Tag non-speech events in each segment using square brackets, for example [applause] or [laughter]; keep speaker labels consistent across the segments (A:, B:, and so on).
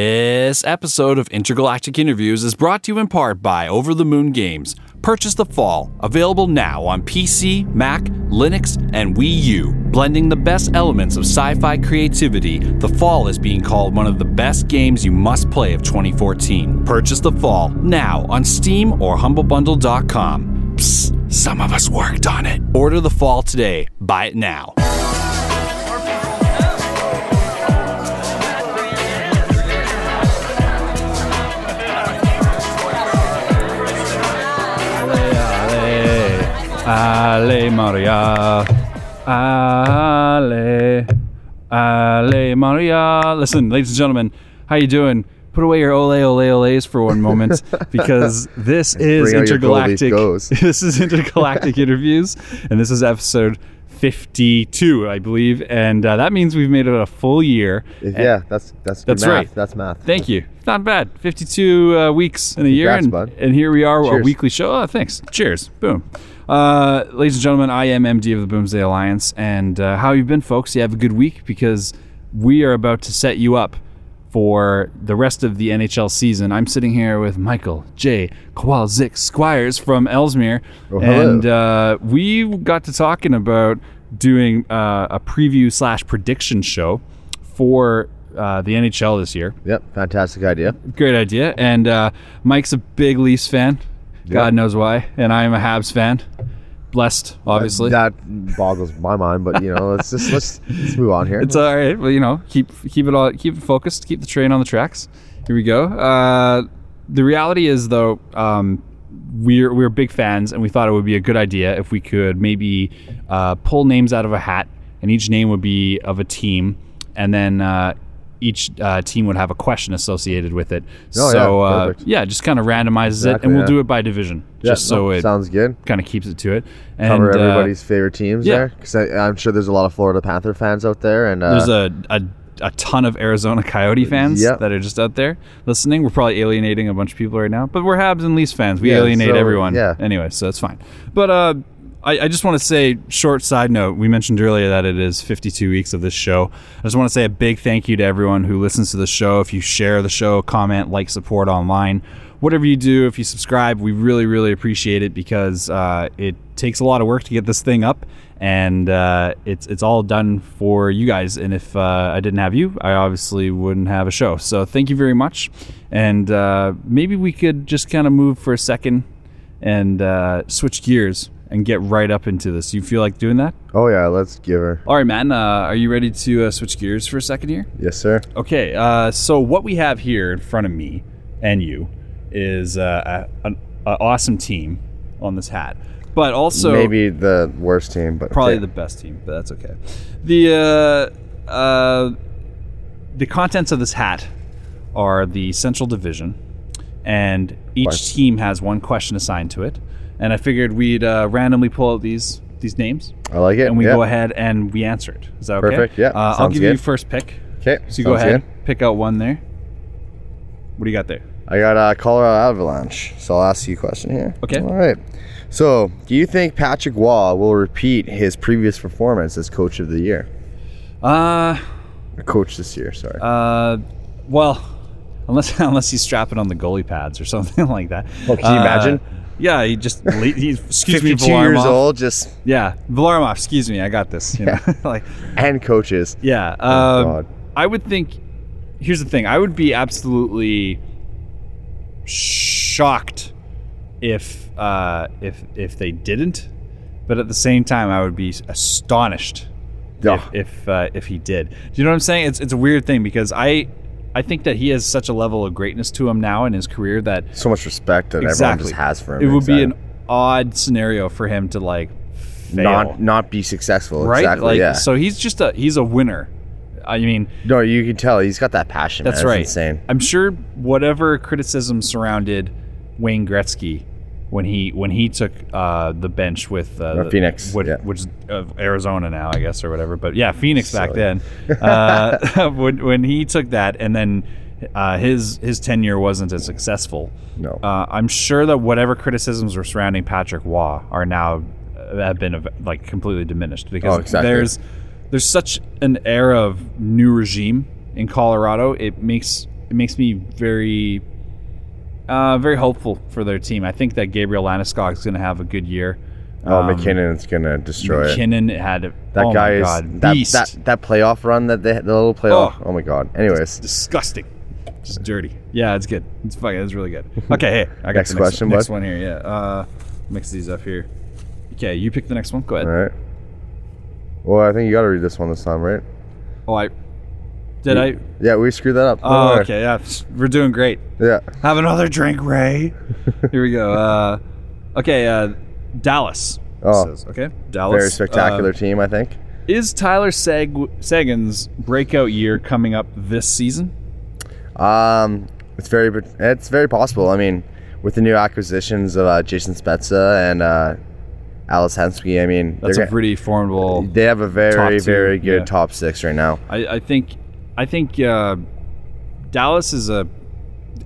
A: This episode of Intergalactic Interviews is brought to you in part by Over the Moon Games. Purchase the Fall, available now on PC, Mac, Linux, and Wii U. Blending the best elements of sci fi creativity, The Fall is being called one of the best games you must play of 2014. Purchase The Fall now on Steam or HumbleBundle.com. Psst, some of us worked on it. Order The Fall today. Buy it now. Ale Maria. Ale. Ale Maria. Listen, ladies and gentlemen, how you doing? Put away your ole ole oles for one
B: [laughs]
A: moment because this is
B: Bring out your
A: intergalactic.
B: Goldie's
A: [laughs]
B: goes.
A: This is
B: [laughs]
A: intergalactic interviews and this is episode 52, I believe, and uh, that means we've made it a full year.
B: If- yeah, that's that's good
A: That's
B: math.
A: right.
B: That's math.
A: Thank you. Not bad. 52 uh, weeks in a year.
B: Congrats,
A: and,
B: bud.
A: and here we are, our
B: Cheers.
A: weekly show. Oh, thanks. Cheers. Boom. Uh, ladies and gentlemen, I am MD of the Boomsday Alliance. And uh, how you been, folks? You have a good week because we are about to set you up for the rest of the NHL season. I'm sitting here with Michael J. Kowalczyk Squires from Ellesmere.
B: Oh, hello.
A: And uh, we got to talking about doing uh, a preview slash prediction show for uh, the NHL this year
B: Yep, fantastic idea.
A: great idea. And uh, Mike's a big Leafs fan. God knows why. And I am a Habs fan. Blessed, obviously.
B: That boggles my mind, but you know, let's just let's, let's move on here.
A: it's all right. Well, you know, keep keep it all keep it focused. Keep the train on the tracks. Here we go. Uh, the reality is, though, um, we're we're big fans, and we thought it would be a good idea if we could maybe uh, pull names out of a hat, and each name would be of a team, and then. Uh, each uh, team would have a question associated with it.
B: Oh, yeah,
A: so, uh,
B: perfect.
A: yeah, just kind of randomizes it,
B: Exactly,
A: and we'll
B: yeah.
A: do it by division,
B: Yeah,
A: just so
B: no,
A: it
B: sounds good.
A: kind of keeps it to it. And
B: Cover
A: uh,
B: everybody's favorite teams
A: yeah.
B: there, because I'm sure there's a lot of Florida Panther fans out there, and uh,
A: There's a, a a ton of Arizona Coyote fans
B: Yep.
A: that are just out there listening. We're probably alienating a bunch of people right now, but we're Habs and Leafs fans. We
B: Yeah,
A: alienate
B: so,
A: everyone.
B: yeah.
A: Anyway, so that's fine. But uh, I, I just want to say, short side note, we mentioned earlier that it is 52 weeks of this show. I just want to say a big thank you to everyone who listens to the show. If you share the show, comment, like, support online, whatever you do, if you subscribe, we really, really appreciate it because uh, it takes a lot of work to get this thing up. And uh, it's it's all done for you guys. And if uh, I didn't have you, I obviously wouldn't have a show. So thank you very much. And uh, maybe we could just kind of move for a second and uh, switch gears and get right up into this. You feel like doing that?
B: oh yeah, let's give her.
A: All right, man. Uh, are you ready to uh, switch gears for a second here?
B: Yes, sir.
A: Okay. Uh, so what we have here in front of me and you is uh, a, an a awesome team on this hat, but also
B: Maybe the worst team, but
A: probably
B: okay.
A: the best team, but that's okay. The uh, uh, the contents of this hat are the Central Division, and each
B: Right.
A: team has one question assigned to it. And I figured we'd uh, randomly pull out these these names,
B: I like it.
A: and we
B: yeah.
A: go ahead and we answer it. Is that okay?
B: Perfect, yeah,
A: Uh, I'll
B: sounds
A: give you
B: good.
A: first pick.
B: Okay,
A: So you go
B: sounds
A: ahead,
B: good.
A: pick out one there. What do you got there?
B: I got uh, Colorado Avalanche, so I'll ask you a question here.
A: Okay.
B: All right. So, do you think Patrick Waugh will repeat his previous performance as coach of the year?
A: Uh,
B: Or coach this year, sorry.
A: Uh, well, unless [laughs] unless he's strapping on the goalie pads or [laughs] something like that.
B: Well, Oh, can you
A: Uh,
B: imagine?
A: Yeah, he just le- he, excuse me,
B: 52
A: Vilarmov.
B: years old, just
A: Yeah, Vilarmov. Excuse me, I got this. You know? [laughs] like
B: and coaches.
A: yeah.
B: Oh,
A: Um,
B: God.
A: I would think. Here's the thing. I would be absolutely shocked if uh, if if they didn't, but at the same time, I would be astonished
B: Yeah.
A: if if, uh, if he did. Do you know what I'm saying? It's it's a weird thing because I I think that he has such a level of greatness to him now in his career that
B: So much respect that
A: exactly
B: everyone just has for him.
A: It would be an
B: Exactly.
A: odd scenario for him to like fail,
B: uh, not not be successful.
A: right?
B: Exactly.
A: like
B: yeah.
A: so he's just a he's a winner. I mean,
B: no, you can tell he's got that passion. man.
A: that's right.
B: Insane.
A: I'm sure whatever criticism surrounded Wayne Gretzky when he when he took uh, the bench with uh,
B: Or
A: the-
B: Phoenix,
A: which,
B: yeah.
A: which is uh, Arizona now, I guess, or whatever. But yeah, Phoenix back
B: Silly.
A: then. Uh, [laughs] when when he took that, and then uh, his his tenure wasn't as successful.
B: No.
A: Uh, I'm sure that whatever criticisms were surrounding Patrick Waugh are now have been uh, like completely diminished because
B: Oh, exactly.
A: there's there's such an era of new regime in Colorado. It makes it makes me very, uh, very hopeful for their team. I think that Gabriel Landeskog is going to have a good year.
B: Oh,
A: Um,
B: McKinnon's gonna destroy it.
A: McKinnon had a-
B: That
A: oh
B: guy
A: my
B: is
A: God,
B: that,
A: beast.
B: that that playoff run that they had, the little playoff.
A: Oh.
B: Oh, my god. Anyways,
A: disgusting. Just dirty. Yeah, it's good. It's fucking. It's really [laughs] good. Okay, hey, I got
B: Next
A: the
B: question,
A: Next
B: bud.
A: one here. Yeah. Uh, mix these up here. Okay, you pick the next one. Go
B: all
A: ahead.
B: right. Well, I think you got to read this one this time, right?
A: Oh, I did. I.
B: Yeah, we screwed that up. Don't
A: Oh,
B: worry.
A: okay. Yeah, we're doing great.
B: Yeah.
A: Have another drink,
B: [laughs]
A: Ray. Here we go. Uh, okay, uh, Dallas. it
B: Oh.
A: says, okay, Dallas.
B: Very spectacular
A: Uh,
B: team, I think.
A: is Tyler Sag- Sagan's breakout year coming up this season?
B: Um, it's very it's very possible. I mean, with the new acquisitions of uh, Jason Spezza and uh, Alice Hensky, I mean,
A: That's
B: they're
A: a
B: gonna-
A: pretty formidable.
B: they have a very
A: top two,
B: very good
A: yeah.
B: top six right now.
A: I, I think I think uh, Dallas is a,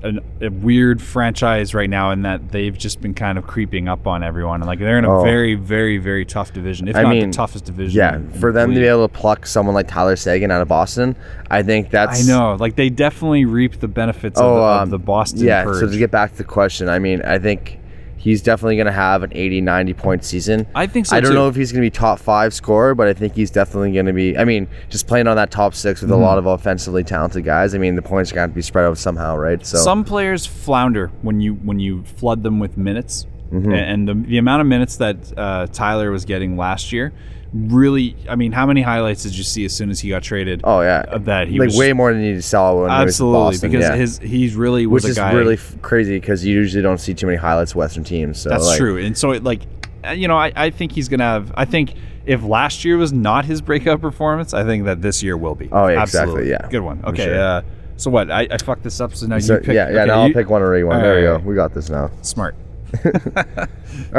A: an, a weird franchise right now in that they've just been kind of creeping up on everyone and like they're in a
B: Oh.
A: very very very tough division if
B: I
A: not
B: mean,
A: the toughest division.
B: Yeah,
A: in
B: for
A: the
B: them to be
A: league.
B: able to pluck someone like Tyler Sagan out of Boston, I think that's Oh, um,
A: I know, like they definitely reap the benefits of, the, of the Boston
B: Yeah,
A: purge.
B: so to get back to the question, I mean, I think he's definitely going to have an 80, 90 point season.
A: I think so
B: I don't
A: too.
B: know if he's going to be top five scorer, but I think he's definitely going to be. I mean, just playing on that top six
A: Hmm.
B: with a lot of offensively talented guys. I mean, the points are going to have to be spread out somehow, right? So
A: Some players flounder when you when you flood them with minutes,
B: Mm-hmm.
A: A- and the, the amount of minutes that uh, Tyler was getting last year, really, I mean, how many highlights did you see as soon as he got traded?
B: oh yeah,
A: of that Uh, he
B: like
A: was
B: way more than you saw when
A: absolutely
B: he was in Boston,
A: because
B: yeah.
A: his he's really was
B: which
A: a
B: is
A: guy.
B: really f- crazy because you usually don't see too many highlights of Western teams. So
A: that's
B: like,
A: true, and so it like, uh, you know, I, I think he's gonna have. I think if last year was not his breakout performance, I think that this year will be.
B: Oh, yeah, exactly,
A: Absolutely.
B: yeah.
A: good one. Okay,
B: sure.
A: uh, so what? I, I fucked this up, so now
B: So,
A: you pick.
B: yeah, yeah.
A: okay,
B: now I'll
A: you-
B: pick one or one.
A: All
B: there we go.
A: right.
B: We got this now.
A: Smart.
B: All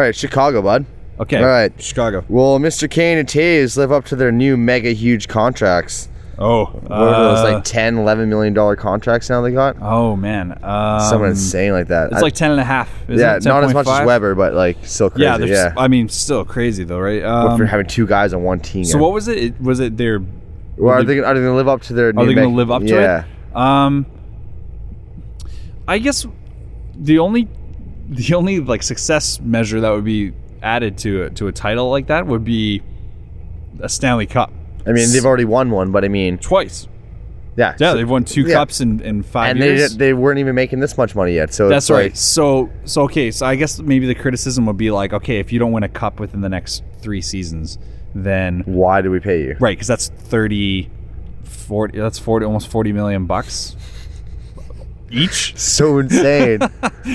B: right, Chicago, bud.
A: Okay.
B: All right.
A: Chicago.
B: Will Mr. Kane and Taves live up to their new mega huge contracts?
A: Oh,
B: What are those,
A: uh,
B: like 10, 11 million dollar contracts now they got?
A: oh man, um,
B: Someone insane like that.
A: It's
B: I-
A: like ten and a half. Isn't
B: yeah,
A: it?
B: not as much
A: 10.5?
B: as Weber, but like still crazy.
A: Yeah,
B: Yeah,
A: they're s- I mean, still crazy though, right?
B: But
A: Um,
B: for having two guys on one team.
A: so what was it? it? Was it their?
B: Well, are they, are they going to live up to their?
A: Are
B: new
A: they going
B: mega-
A: to live up to
B: yeah.
A: it? Um, I guess the only the only like success measure that would be added to a, to a title like that would be a Stanley Cup
B: I mean, they've already won one, but I mean,
A: twice.
B: yeah,
A: Yeah,
B: so-
A: they've won two
B: yeah.
A: cups in, in five
B: and they
A: years.
B: they weren't even making this much money yet. So
A: That's
B: it's like-
A: right. So so okay. So I guess maybe the criticism would be like, okay, if you don't win a cup within the next three seasons, then
B: Why do we pay you?
A: right because that's 30 40 that's 40 almost 40 million bucks each [laughs]
B: So insane.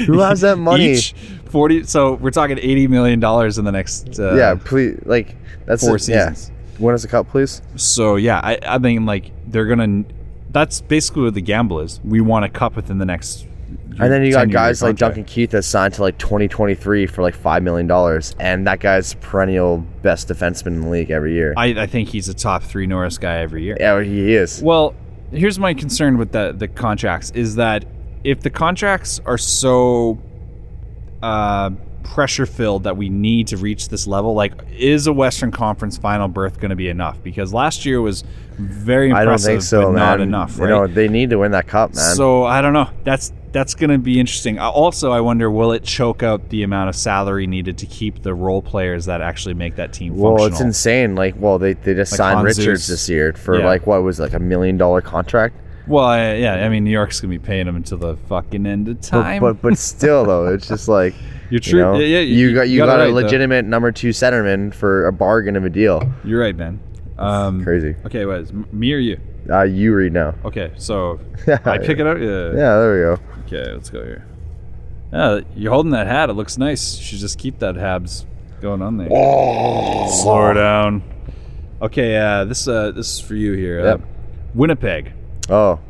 B: Who has that money?
A: each 40 so we're talking 80 million dollars in the next uh,
B: yeah, please. Like that's
A: four
B: it, yeah.
A: seasons.
B: Win us a cup, please.
A: so yeah i i mean like they're gonna that's basically what the gamble is we want a cup within the next
B: And then you
A: 10
B: got
A: -year
B: guys like
A: contract.
B: Duncan Keith that's signed to like 2023 for like five million dollars, and that guy's perennial best defenseman in the league every year.
A: i i think he's a top three norris guy every year
B: yeah, he is.
A: Well, here's my concern with the the contracts is that if the contracts are so uh, pressure filled that we need to reach this level, like is a Western Conference Final berth going to be enough? Because last year was very
B: I
A: impressive,
B: don't think so,
A: but
B: man.
A: not enough,
B: You
A: right?
B: know, they need to win that cup, man.
A: So I don't know. That's that's going to be interesting. I- Also, I wonder will it choke out the amount of salary needed to keep the role players that actually make that team
B: well, it's
A: functional?
B: insane. Like, well, they, they just
A: Like
B: signed
A: Hans
B: Richards
A: Zeus.
B: this year for
A: Yeah.
B: like what was it, like a million dollar contract.
A: well, I, yeah, I mean New York's going to be paying them until the fucking end of
B: But,
A: time. [laughs]
B: but but still though, it's just like
A: You're
B: you
A: true.
B: know,
A: yeah, yeah,
B: you got you got,
A: it
B: a
A: right, though.
B: legitimate number two centerman for a bargain of a deal.
A: You're right, man. Um,
B: Crazy.
A: Okay, what is me or you?
B: Uh, you read now.
A: Okay,
B: [laughs]
A: so I pick it up. Yeah.
B: Yeah, there we go.
A: Okay, let's go here. Yeah, you're holding that hat. It looks nice. You should just keep that Habs going on there.
B: Oh.
A: Slow her down. Okay, uh, this uh, this is for you here.
B: Yep.
A: Uh, Winnipeg.
B: Oh,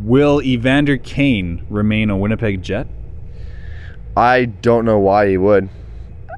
A: Will Evander Kane remain a Winnipeg Jet?
B: I don't know why he would.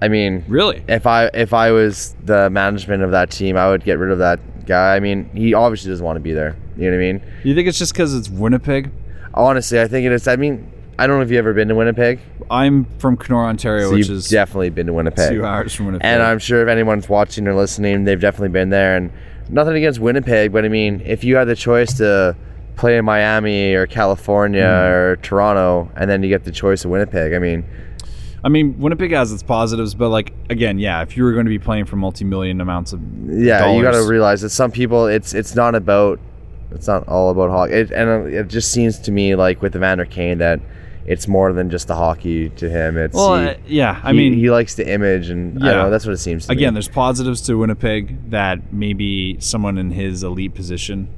B: I mean,
A: Really?
B: if I if I was the management of that team, I would get rid of that guy. I mean, he obviously doesn't want to be there. You know what I mean?
A: You think it's just because it's Winnipeg?
B: Honestly, I think it is. I mean, I don't know if you've ever been to Winnipeg.
A: I'm from Kenora, Ontario,
B: So
A: which
B: you've
A: is
B: definitely been to Winnipeg.
A: two hours from Winnipeg.
B: And I'm sure if anyone's watching or listening, they've definitely been there. And nothing against Winnipeg, but I mean, if you had the choice to play in Miami or California
A: Mm.
B: or Toronto, and then you get the choice of Winnipeg. I mean,
A: I mean, Winnipeg has its positives, but like again, yeah, if you were going to be playing for multi-million amounts of
B: yeah, you got
A: dollars-
B: to realize that some people, it's it's not about, it's not all about hockey. It, and uh, it just seems to me like with Evander Kane that it's more than just the hockey to him. It's
A: well,
B: he,
A: uh, yeah, I
B: he-
A: mean,
B: he likes the image, and I
A: Yeah.
B: don't know that's what it seems to
A: again,
B: me.
A: there's positives to Winnipeg that maybe someone in his elite position,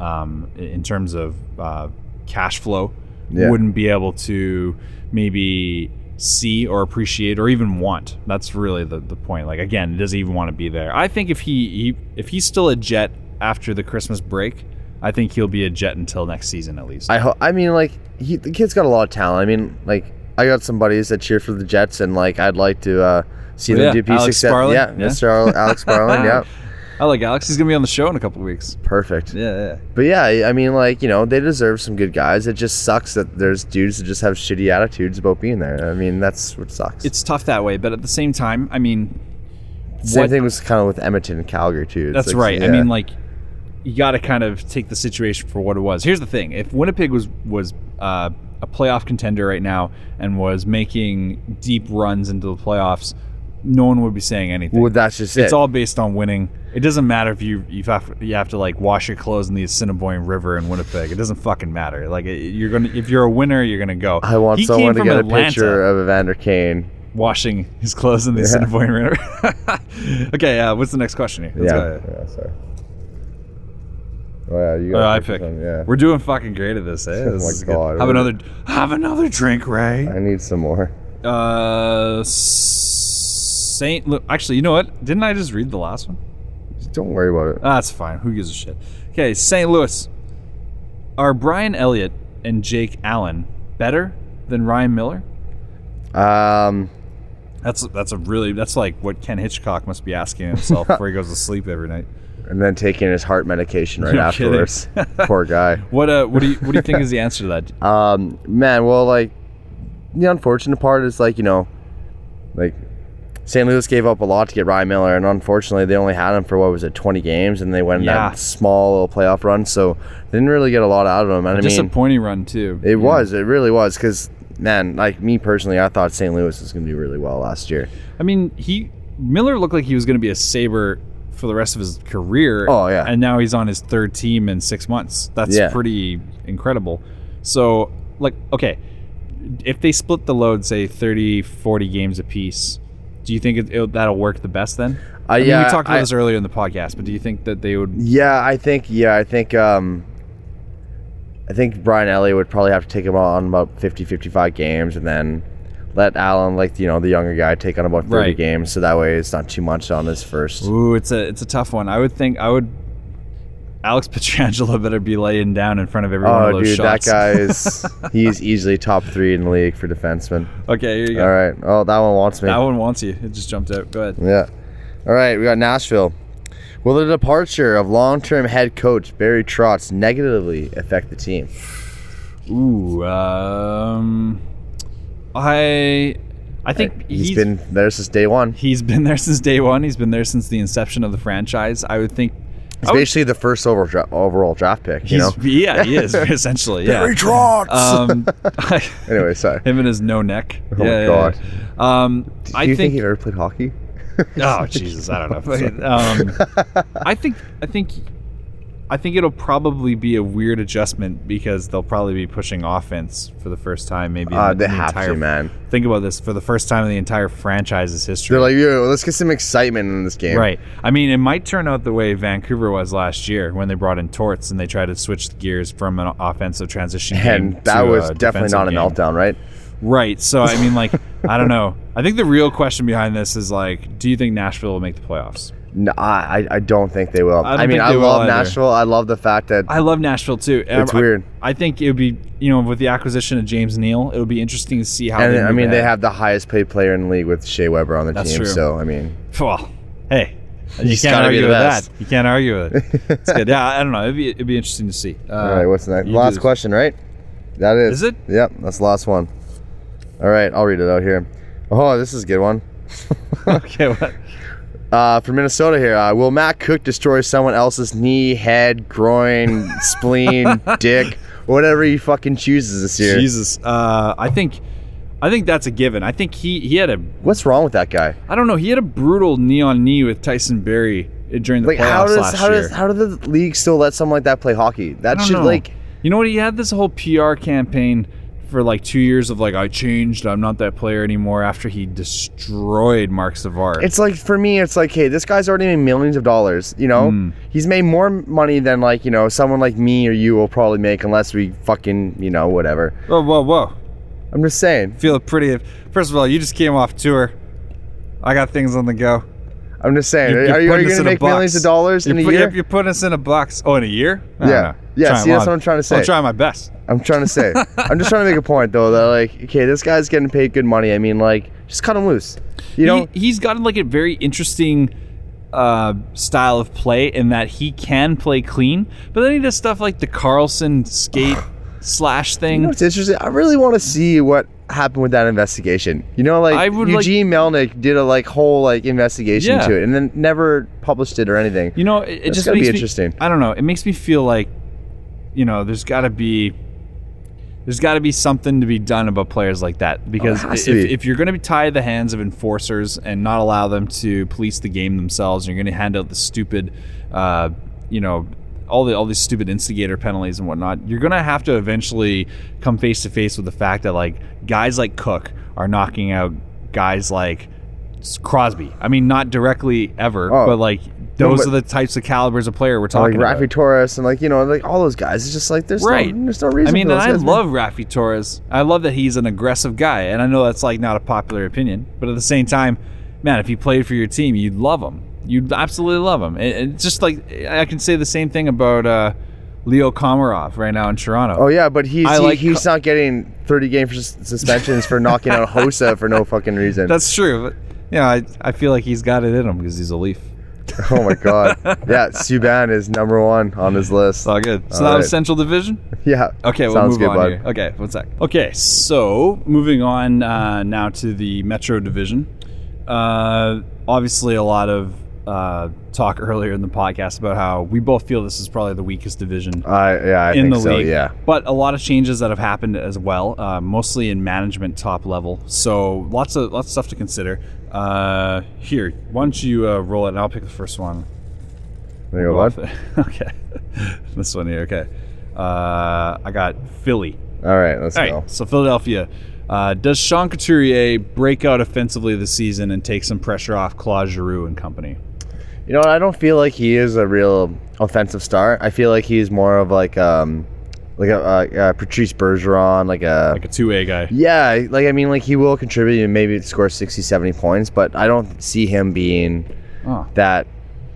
A: um, i- in terms of uh, cash flow,
B: Yeah.
A: wouldn't be able to maybe see or appreciate or even want. That's really the, the point. Like again, does he even want to be there? I think if he, he if he's still a Jet after the Christmas break, I think he'll be a Jet until next season at least.
B: I ho- I mean, like he, the kid's got a lot of talent. I mean, like I got some buddies that cheer for the Jets, and like I'd like to uh, see
A: Oh, Yeah,
B: them do P
A: Alex
B: six.
A: Sparling,
B: Yeah,
A: yeah.
B: Mr.
A: [laughs]
B: Al- Alex Sparling. Yeah,
A: I like Alex. He's gonna be on the show in a couple weeks.
B: perfect.
A: Yeah, yeah.
B: But yeah, I- I mean, like you know, they deserve some good guys. It just sucks that there's dudes that just have shitty attitudes about being there. I mean, that's what sucks.
A: It's tough that way, but at the same time, I mean,
B: Same
A: what-
B: thing was kind of with Edmonton and Calgary too. It's
A: That's
B: like,
A: right. I
B: yeah.
A: mean, like, you got to kind of take the situation for what it was. Here's the thing: if Winnipeg was was uh, a playoff contender right now and was making deep runs into the playoffs, no one would be saying anything.
B: well, that's just
A: it's
B: it.
A: all based on winning. It doesn't matter if you you have you have to like wash your clothes in the Assiniboine River in Winnipeg. It doesn't fucking matter. Like it- you're gonna if you're a winner, you're gonna go.
B: I want
A: He came
B: someone to
A: from
B: get
A: Atlanta
B: a picture of Evander Kane.
A: washing his clothes in the Assiniboine River. [laughs] okay, uh, what's the next question here? Let's
B: yeah.
A: go.
B: yeah. Sorry. Oh yeah, you
A: Oh,
B: got
A: I
B: a picture
A: pick.
B: from- Yeah.
A: We're doing fucking great at this. Eh?
B: [laughs] Oh
A: This
B: my
A: is good.
B: God,
A: Have
B: we're-
A: another. Have another drink, Ray.
B: I need some more.
A: Uh, s- Saint. Lu- Actually, you know what? Didn't I just read the last one? Ah,
B: Don't worry about it.
A: That's fine. Who gives a shit? Okay, St. Louis. Are Brian Elliott and Jake Allen better than Ryan Miller?
B: Um,
A: That's that's a really that's like what Ken Hitchcock must be asking
B: [laughs]
A: himself before he goes to sleep every night.
B: and then taking his heart medication
A: [laughs]
B: right
A: No kidding.
B: afterwards. Poor guy.
A: What uh what do you what do you think is the answer to that?
B: Um, man, well, like the unfortunate part is like you know, like St. Louis gave up a lot to get Ryan Miller, and unfortunately they only had him for what was it, 20 games, and they went
A: Yeah.
B: that small little playoff run, so they didn't really get a lot out of him. And I mean,
A: Disappointing run too.
B: it was, it really was, because man, like me personally, I thought St. Louis was going to do really well last year.
A: I mean, he Miller looked like he was going to be a saber for the rest of his career.
B: Oh, yeah.
A: and now he's on his third team in six months. That's
B: Yeah.
A: pretty incredible. So, like, okay, if they split the load, say 30, 40 games apiece, do you think it, it, that'll work the best then?
B: Uh,
A: I mean,
B: yeah,
A: we talked about
B: I-
A: this earlier in the podcast, but do you think that they would?
B: Yeah, I think yeah, I think um I think Brian Elliott would probably have to take him on about 50 55 games and then let Allen like you know the younger guy take on about 30
A: Right.
B: games so that way it's not too much on his first.
A: Ooh, it's a it's a tough one. I would think I would. Alex [laughs] Petrangelo better be laying down in front of every one of
B: Oh
A: those
B: dude,
A: shots.
B: that guy is he's easily top 3 in the league for defensemen.
A: [laughs] okay, here you go.
B: All right. Oh, that one wants me.
A: That one wants you. It just jumped out. Go ahead.
B: Yeah. All right, we got Nashville. Will the departure of long-term head coach Barry Trotz negatively affect the team?
A: Ooh, um, I, I think
B: he's been there since day 1.
A: he's been there since day one. He's been there since the inception of the franchise. I would think.
B: It's
A: I would-
B: basically the first over dra- overall draft pick, you know.
A: he's, [laughs] yeah, he
B: [laughs]
A: is essentially. Yeah.
B: Trotz.
A: Um, [laughs]
B: [laughs] anyway, sorry. Do
A: him and his no neck.
B: my
A: yeah, yeah,
B: Oh, God.
A: yeah. Um, I
B: you think,
A: think
B: he ever played hockey?
A: [laughs] oh Jesus, I
B: [laughs]
A: don't know. um, I think I think I think it'll probably be a weird adjustment because they'll probably be pushing offense for the first time, maybe. in
B: Uh,
A: the-
B: they
A: the
B: have
A: entire,
B: to, man.
A: Think about this for the first time in the entire franchise's history.
B: They're like, yo, let's get some excitement in this game.
A: Right. I mean, it might turn out the way Vancouver was last year when they brought in Torts and they tried to switch the gears from an offensive transition game
B: And that
A: to
B: was
A: a
B: definitely
A: defensive
B: not a
A: game.
B: meltdown, right?
A: Right. So I mean,
B: [laughs]
A: like, I don't know. I think the real question behind this is like, do you think Nashville will make the playoffs?
B: No, I, I- I don't think they will.
A: I don't
B: I, mean,
A: think
B: I
A: they will
B: love
A: either.
B: Nashville. I love the fact that
A: I love Nashville too. And
B: It's
A: I-
B: weird.
A: I think it would be, you know, with the acquisition of James Neal, it would be interesting to see how.
B: and
A: they
B: I
A: move
B: mean, they
A: ahead.
B: have the highest paid player in the league with Shea Weber on the
A: That's
B: team.
A: true.
B: So, I mean,
A: Well, hey, you
B: He's
A: can't
B: gotta be
A: argue
B: the
A: with that.
B: best.
A: You can't argue with it.
B: [laughs]
A: It's good. Yeah, I don't know. It'd be, it'd be interesting to see. Uh,
B: all right, what's the next?
A: you do [laughs]
B: Last
A: this.
B: question, right? That is.
A: Is it?
B: Yep, that's the last one. All right, I'll read it out here. Oh, this is a good one. [laughs]
A: okay. What?
B: Uh, for Minnesota here, uh, will Matt Cook destroy someone else's knee, head, groin,
A: [laughs]
B: spleen, dick, whatever he fucking chooses this year?
A: Jesus, uh, I think, I think that's a given. I think he he had a
B: What's wrong with that guy?
A: I don't know he had a brutal knee on knee with Tyson Berry uh, during the
B: Like,
A: playoffs
B: how does
A: last
B: how
A: year.
B: does how does the league still let someone like that play hockey? That
A: I don't
B: should
A: know.
B: like
A: you know what he had this whole PR campaign for like two years of like I changed I'm not that player anymore after he destroyed Mark Savard.
B: it's like for me, it's like, hey, this guy's already made millions of dollars. You know,
A: Hmm.
B: he's made more money than like you know someone like me or you will probably make unless we fucking you know whatever.
A: whoa whoa whoa!
B: I'm just saying.
A: Feel pretty. First of all, you just came off tour. I got things on the go.
B: I'm just saying.
A: You're- you're
B: are you, are
A: putting
B: you
A: us
B: gonna
A: in a
B: make millions of
A: box.
B: dollars
A: you're
B: in a
A: put-
B: year?
A: You're, you're putting us in a box. Oh, in a year? I don't
B: Yeah.
A: know.
B: Yeah,
A: Trying
B: see, that's
A: on.
B: what I'm trying to
A: I'll
B: say.
A: try my best.
B: I'm trying to
A: [laughs]
B: say. I'm just trying to make a point though that like, okay, this guy's getting paid good money. I mean, like, just cut him loose. You know,
A: he, he's gotten like a very interesting uh, style of play in that he can play clean, but then he does stuff like the Carlson
B: [sighs]
A: skate slash
B: you know
A: thing.
B: what's interesting? I really want to see what happened with that investigation. You know, like
A: I would, like-
B: Eugene Melnick did a like whole like investigation
A: Yeah.
B: to it, and then never published it or anything.
A: You know, it, it
B: That's
A: just
B: gotta be
A: makes
B: interesting.
A: Me, I don't know. It makes me feel like, you know, there's got to be. There's got to be something to be done about players like that because
B: Oh,
A: if,
B: has to be.
A: if you're going to be tied the hands of enforcers and not allow them to police the game themselves, you're going to hand out the stupid, uh, you know, all the all these stupid instigator penalties and whatnot. You're going to have to eventually come face to face with the fact that like guys like Cook are knocking out guys like Crosby. I mean, not directly ever,
B: Oh.
A: but like those
B: but-
A: are the types of calibers of player we're
B: Like
A: talking about.
B: Rafi Torres and like you know like all those guys. It's just like there's
A: Right.
B: no, there's no reason.
A: I mean,
B: for
A: and
B: those
A: I
B: guys, man.
A: love Rafi Torres. I love that he's an aggressive guy, and I know that's like not a popular opinion, but at the same time, man, if he played for your team, you'd love him. You'd absolutely love him. And, and just like I can say the same thing about uh, Leo Komarov right now in Toronto.
B: Oh yeah, but he's
A: I
B: he,
A: like
B: he's not getting 30 game sus- suspensions for knocking
A: [laughs]
B: out Hosa for no fucking reason.
A: That's true. But, yeah, I, I feel like he's got it in him because he's a Leaf.
B: oh my
A: [laughs]
B: god. Yeah, Subban is number one on his list.
A: It's all good. So
B: All
A: that
B: right.
A: was Central Division.
B: [laughs] Yeah.
A: Okay, we'll move on here. Okay, one sec. Okay, so moving on uh, now to the Metro Division. Uh, obviously, a lot of uh, talk earlier in the podcast about how we both feel this is probably the weakest division
B: I yeah, I
A: in
B: think
A: the
B: so.
A: league.
B: Yeah.
A: But a lot of changes that have happened as well, uh, mostly in management top level. So lots of lots of stuff to consider. Uh, here, why don't you uh, roll it, and I'll pick the first one.
B: There you go, bud.
A: [laughs] okay, this one here. Okay, uh, I got Philly.
B: All right, let's
A: All right,
B: go.
A: so Philadelphia. Uh, does Sean Couturier break out offensively this season and take some pressure off Claude Giroux and company?
B: You know what? I don't feel like he is a real offensive star. I feel like he's more of like um like a, uh, a, a Patrice Bergeron, like a
A: Like a two-way guy.
B: yeah, like I mean, like he will contribute and maybe score 60, 70 points, but I don't see him being
A: Oh,
B: that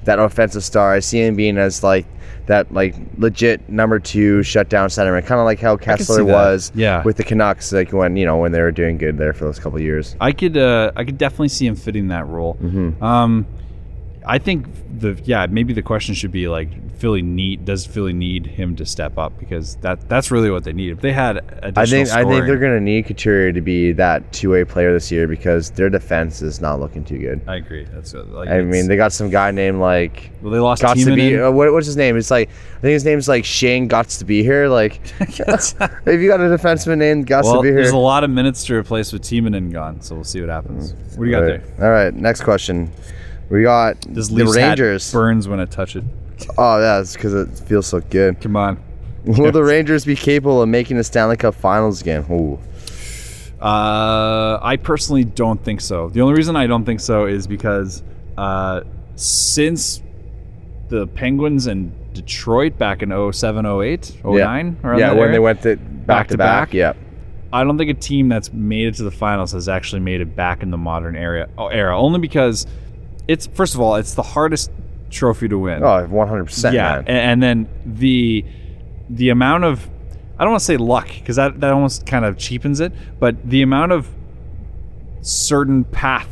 B: that offensive star. I see him being as like that like legit number two shutdown centerman, kind of like how
A: see
B: Kessler
A: that.
B: was
A: Yeah.
B: with the Canucks, like when you know when they were doing good there for those couple years.
A: I could uh, I could definitely see him fitting that role.
B: Mm-hmm.
A: Um, I think the yeah maybe the question should be like Philly need does Philly need him to step up because that that's really what they need. If they had additional
B: I think I think
A: scoring-
B: they're gonna need Couturier to be that two way player this year because their defense is not looking too good.
A: I agree. That's what, like
B: I
A: it's-
B: mean, they got some guy named like
A: well they lost
B: Gots to
A: Tiemann
B: be
A: in.
B: uh, what, what's his name? It's like I think his name's like Shane Gots to be here.
A: [laughs]
B: Like [laughs] if you got a defenseman named Gots
A: Well,
B: to be here,
A: there's a lot of minutes to replace with Tiemann gone, so we'll see what happens. What do you got
B: All
A: there?
B: right. All right, next question. We got
A: This
B: the
A: Leafs hat
B: Rangers.
A: burns when I touch it.
B: Oh, yeah, it's because it feels so good. [laughs]
A: Come on.
B: Will the Rangers be capable of making the Stanley Cup Finals again? Ooh,
A: Uh, I personally don't think so. The only reason I don't think so is because uh, since the Penguins and Detroit back in 07, 08, 09,
B: yeah,
A: around
B: yeah
A: that
B: when
A: area,
B: they went to back, to back.
A: Back-to-back?
B: Yeah,
A: I don't think a team that's made it to the finals has actually made it back in the modern era. Oh, era only because it's first of all, it's the hardest trophy to win.
B: oh, 100. percent
A: yeah, a-
B: man.
A: and, then the the amount of I don't want to say luck because that that almost kind of cheapens it, but the amount of certain path,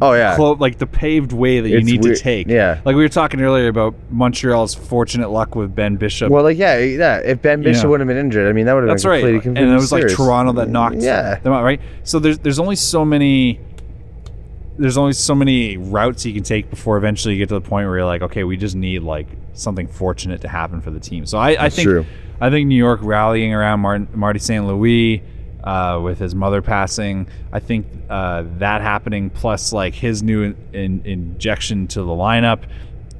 B: Oh yeah,
A: clo- like the paved way that you
B: It's
A: need
B: weird-
A: to take.
B: yeah.
A: like we were talking earlier about Montreal's fortunate luck with Ben Bishop.
B: Well, like yeah, yeah. If Ben Bishop
A: Yeah.
B: wouldn't have been injured, I mean that would have
A: That's
B: been
A: right,
B: completely
A: and
B: confusing
A: it was like
B: series.
A: Toronto that knocked
B: Yeah,
A: them out, right? So there's there's only so many there's only so many routes you can take before eventually you get to the point where you're like, okay, we just need like something fortunate to happen for the team. So I, I
B: That's
A: think
B: true.
A: I think New York rallying around Martin, Marty St. Louis uh, with his mother passing, I think uh, that happening plus like his new in, in, injection to the lineup.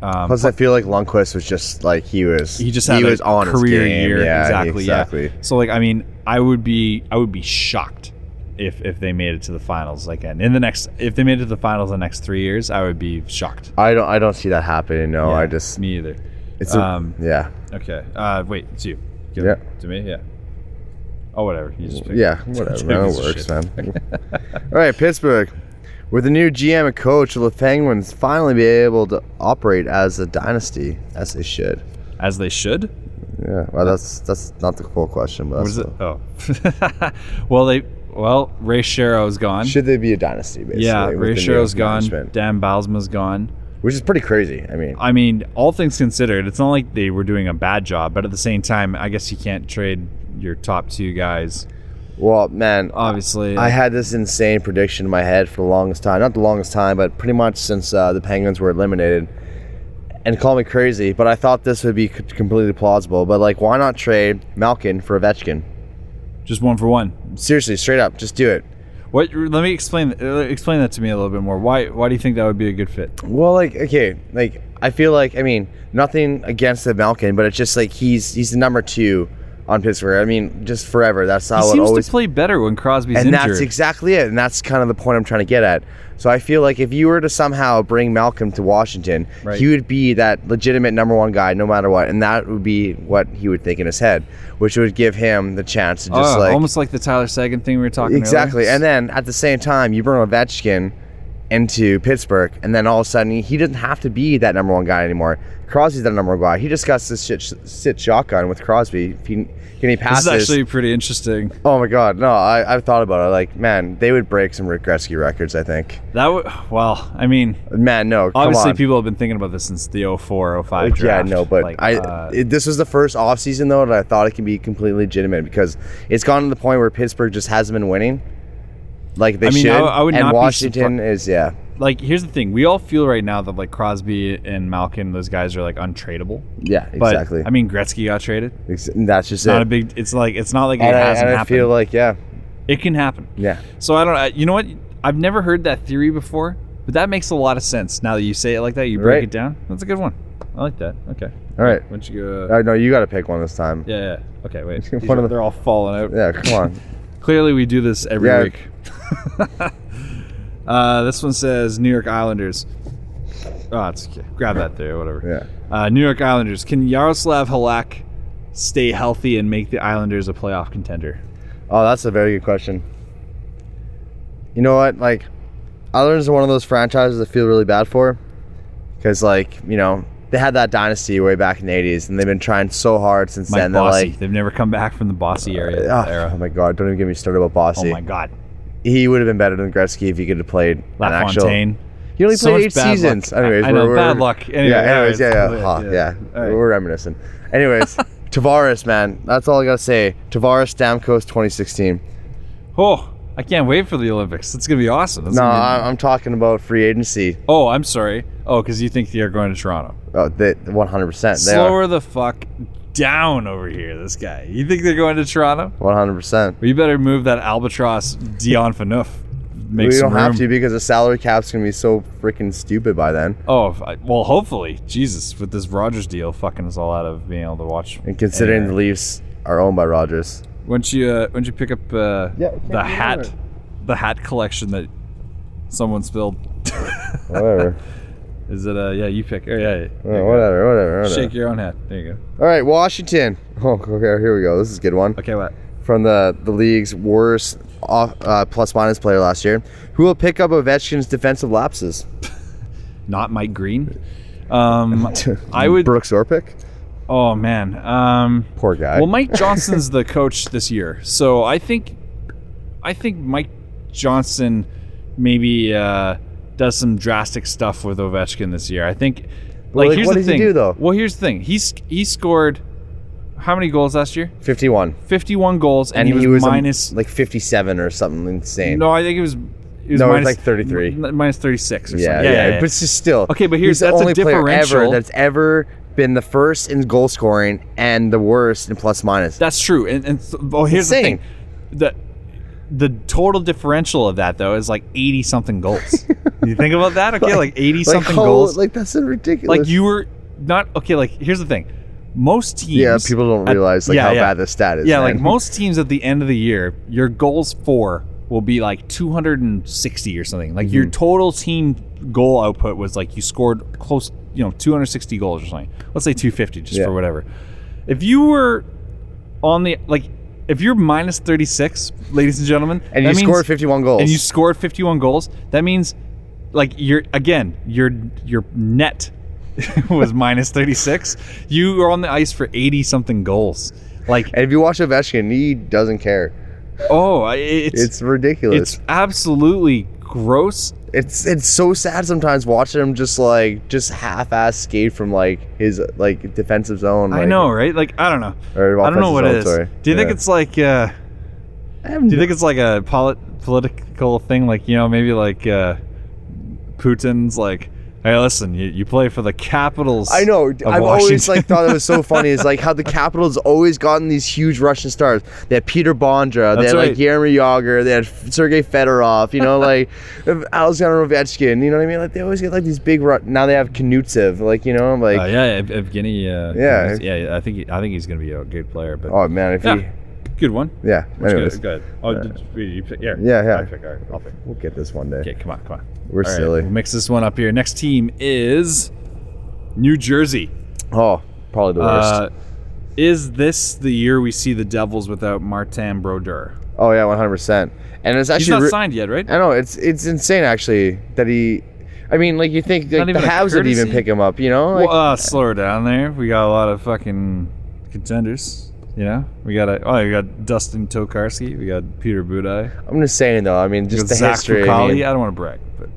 A: Um,
B: Plus, I feel like Lundqvist was just like he was.
A: he just had
B: he
A: a
B: was on his
A: career
B: game.
A: year.
B: Yeah,
A: exactly,
B: exactly.
A: Yeah. So like, I mean, I would be, I would be shocked if if they made it to the finals like and in the next if they made it to the finals the next three years i would be shocked
B: I don't. I don't see that happening. No, Oh, I
A: Yeah,
B: just.
A: me either
B: It's a,
A: um,
B: yeah,
A: okay uh wait it's you Give
B: Yeah.
A: it to me yeah oh whatever you just pick.
B: yeah. Whatever.
A: Who
B: man,
A: gives
B: it
A: a
B: works,
A: shit?
B: man.
A: [laughs]
B: All right, Pittsburgh. With the new GM and coach, will the Penguins finally be able to operate as a dynasty as they should?
A: as they should
B: Yeah. Well, that's that's not the full question, but
A: Uh, what
B: that's
A: is it oh [laughs] well they well ray Shero's gone
B: the- should they be a dynasty? Basically,
A: yeah
B: with
A: ray
B: the new
A: Shero's gone
B: management?
A: dan balsma's gone
B: which is pretty crazy. I mean,
A: I mean, all things considered, it's not like they were doing a bad job, but at the same time, I guess you can't trade your top two guys.
B: well, man,
A: Obviously,
B: I had this insane prediction in my head for the longest time. Not the longest time, but pretty much since uh, the Penguins were eliminated. And call me crazy, but I thought this would be c- completely plausible. But like, why not trade Malkin for Ovechkin?
A: just one for one.
B: Seriously, straight up, just do it.
A: What? Let me explain. uh, Explain that to me a little bit more. Why? Why do you think that would be a good fit?
B: Well, like, okay, like I feel like I mean nothing against the Malkin, but it's just like he's he's the number two on Pittsburgh. I mean, just forever. That's
A: He
B: how it
A: seems
B: always
A: to play better when Crosby's
B: and
A: injured.
B: that's exactly it and that's kind of the point i'm trying to get at so i feel like if you were to somehow bring malcolm to washington
A: Right.
B: he would be that legitimate number one guy no matter what and that would be what he would think in his head which would give him the chance to just
A: Oh,
B: like
A: almost like the Tyler Sagan thing we were talking
B: exactly
A: earlier.
B: and then at the same time you bring ovechkin into pittsburgh and then all of a sudden he doesn't have to be that number one guy anymore crosby's that number one guy he just got to sit, sit shotgun with crosby if he, can he
A: this
B: passes
A: is actually pretty interesting.
B: Oh my god, no, I, I've thought about it. Like, man, they would break some Rick Gretzky records, I think.
A: That would. Well, I mean,
B: Man, no, come
A: obviously
B: on.
A: people have been thinking about this since the 04, 05
B: Like, yeah,
A: draft.
B: no, but
A: Like,
B: I
A: uh,
B: it, this was the first offseason though that I thought it can be completely legitimate because it's gone to the point where Pittsburgh just hasn't been winning, like they
A: I mean,
B: should.
A: I- I would
B: and
A: not be
B: Washington is yeah,
A: like here's the thing we all feel right now that like crosby and malkin those guys are like untradeable
B: yeah,
A: but
B: exactly.
A: i mean gretzky got traded
B: Ex- that's just
A: it's not a
B: it.
A: big it's like it's not like it
B: and I,
A: hasn't
B: and I
A: happened
B: feel like yeah,
A: it can happen
B: yeah,
A: so i don't I, you know what i've never heard that theory before but that makes a lot of sense now that you say it like that you break
B: Right.
A: it down that's a good one i like that okay
B: all right.
A: why don't you go
B: Uh, no, you got to pick one this time. Yeah,
A: yeah, yeah okay wait
B: [laughs] One
A: These are-
B: of the-
A: they're all falling out
B: come on.
A: Clearly, we do this every
B: Yeah.
A: week. [laughs] uh, this one says New York Islanders. Oh, it's okay. Grab that there, whatever.
B: Yeah.
A: Uh, New York Islanders. Can Yaroslav Halak stay healthy and make the Islanders a playoff contender?
B: Oh, that's a very good question. You know what? Like, Islanders are one of those franchises I feel really bad for, because like you know they had that dynasty way back in the '80s, and they've been trying so hard since
A: Mike
B: then. They're
A: Bossy.
B: like,
A: They've never come back from the Bossy area
B: oh, oh
A: era.
B: my god, don't even get me started about
A: Oh
B: Bossy.
A: my God.
B: he would have been better than Gretzky if he could have played an actual.
A: LaFontaine.
B: He only
A: So
B: played
A: much
B: eight
A: bad luck.
B: seasons.
A: I-
B: Anyways,
A: I know, bad luck. Anyway,
B: yeah, anyways,
A: all right,
B: yeah,
A: it's
B: yeah,
A: cool.
B: ha,
A: Yeah.
B: yeah.
A: All right.
B: We're reminiscing. Anyways,
A: [laughs]
B: Tavares, man, that's all I gotta say. Tavares, Stamkos, 2016.
A: Oh, I can't wait for the Olympics. It's gonna be awesome. That's
B: No,
A: gonna be-
B: I- I'm talking about free agency.
A: oh, I'm sorry. Oh, because you think they're going to Toronto.
B: Oh, they, 100%. They are.
A: Slower the fuck down over here, this guy. You think they're going to Toronto?
B: 100%.
A: Well, you better move that albatross Dion Phaneuf. Make
B: we
A: some
B: don't have to
A: room.
B: because the salary cap's going to be so freaking stupid by then.
A: Oh, if I- well, hopefully. Jesus, with this Rogers deal fucking us all out of being able to watch.
B: And considering the
A: Anyway.
B: Leafs are owned by Rogers.
A: Once you, uh, once you pick up uh,
B: Yeah, we can't
A: the
B: do
A: hat,
B: it.
A: the hat collection that someone spilled. [laughs]
B: Whatever.
A: Is it, uh, yeah, you pick. Oh, yeah, yeah.
B: Uh, whatever, whatever, whatever.
A: Shake your own hat. There you go.
B: All right, Washington. Oh, okay, here we go. This is a good one.
A: Okay, what?
B: From the, the league's worst off, uh, plus minus player last year. Who will pick up Ovechkin's defensive lapses?
A: Not Mike Green? Um, [laughs] [laughs] I would.
B: Brooks Orpik?
A: Oh, man. Um,
B: Poor guy.
A: Well,
B: [laughs]
A: Mike Johnson's the coach this year, so I think, I think Mike Johnson maybe uh, does some drastic stuff with Ovechkin this year. I think. Like,
B: like,
A: here's
B: what
A: the
B: does he
A: thing.
B: do, though?
A: Well, here's the thing. He's he scored how many goals last year?
B: 51.
A: Fifty-one goals, and,
B: And
A: he was,
B: a-
A: minus.
B: like 57 or something insane.
A: no, I think it was. it was
B: No, it was
A: minus-
B: like 33.
A: m- minus 36 or
B: Yeah,
A: something.
B: yeah, But it's just still
A: Okay, but here's-
B: he's the
A: that's a
B: only player ever
A: differential.
B: that's ever been the first in goal scoring and the worst in plus minus.
A: That's true. And, and so, well, here's the
B: Insane.
A: thing: the the total differential of that though is like eighty something goals. you think about that? Okay, like eighty
B: [laughs] like,
A: something
B: how-
A: goals. Like,
B: Like that's so ridiculous.
A: you were not okay. Like here's the thing: most teams.
B: yeah, people don't
A: at-
B: realize like
A: yeah,
B: how
A: yeah.
B: bad this stat is.
A: Yeah,
B: man. [laughs]
A: like most teams at the end of the year, your goals for will be like 260 or something. Like
B: Mm-hmm.
A: your total team goal output was like you scored close, you know, 260 goals or something. Let's say 250 just
B: Yeah.
A: for whatever. If you were on the like if you're minus 36, ladies and gentlemen,
B: and
A: that
B: you
A: means-
B: scored 51 goals.
A: and you scored 51 goals, that means like you're again, your your net [laughs] was minus 36. You were on the ice for 80 something goals. Like
B: And if you watch Ovechkin, he doesn't care.
A: Oh, I- it's it's,
B: It's ridiculous.
A: absolutely gross.
B: It's, it's so sad sometimes watching him just like just half-ass skate from like his like defensive zone.
A: I
B: like-
A: know, right? Like I don't know.
B: Or
A: I don't know
B: offensive
A: what
B: zone,
A: it is.
B: sorry.
A: Do you think
B: Yeah.
A: it's like? Uh,
B: I have
A: do you think it's like a polit- political thing? Like you know, maybe like uh, Putin's like, hey, listen, you, you play for the Capitals.
B: I know.
A: of
B: I've always
A: Washington." [laughs]
B: like thought it was so funny is like how the Capitals always gotten these huge Russian stars. They had Peter Bondra, they
A: That's
B: had
A: right.
B: like Yeremy Yager, they had Sergei Fedorov,
A: [laughs]
B: you know, like Alexander Ovechkin, you know what I mean? Like they always get like these big Ru- now they have Knutsev, like you know, like
A: Uh, yeah, Ev- Evgeny. Uh,
B: Yeah.
A: yeah. I think he, I think he's gonna be a good player, but
B: oh man, if
A: Yeah.
B: he
A: good one.
B: yeah,
A: Which
B: anyways, Uh,
A: good? Good. Oh, did you- you pick- yeah,
B: Yeah, yeah.
A: I pick. All right, I'll pick.
B: we'll get this one day.
A: Okay, come on, come on.
B: We're
A: All right,
B: silly.
A: we'll mix this one up here. Next team is New Jersey.
B: Oh, probably the worst.
A: Uh, is this the year we see the Devils without Martin Brodeur?
B: oh yeah, one hundred percent. And it's actually
A: He's not
B: re-
A: signed yet, right?
B: I know it's it's insane actually that he. I mean, like you think like,
A: Not
B: the
A: even a
B: Habs would even
A: courtesy?
B: pick him up, you know? Like,
A: Well, uh, slow her down there. We got a lot of fucking contenders. You know, we got a, oh, we got Dustin Tokarski, we got Peter Budai,
B: I'm just saying though. I mean,
A: we
B: just
A: got
B: the
A: Zach
B: history. I
A: Fucali.
B: mean- uh,
A: I don't want to brag, but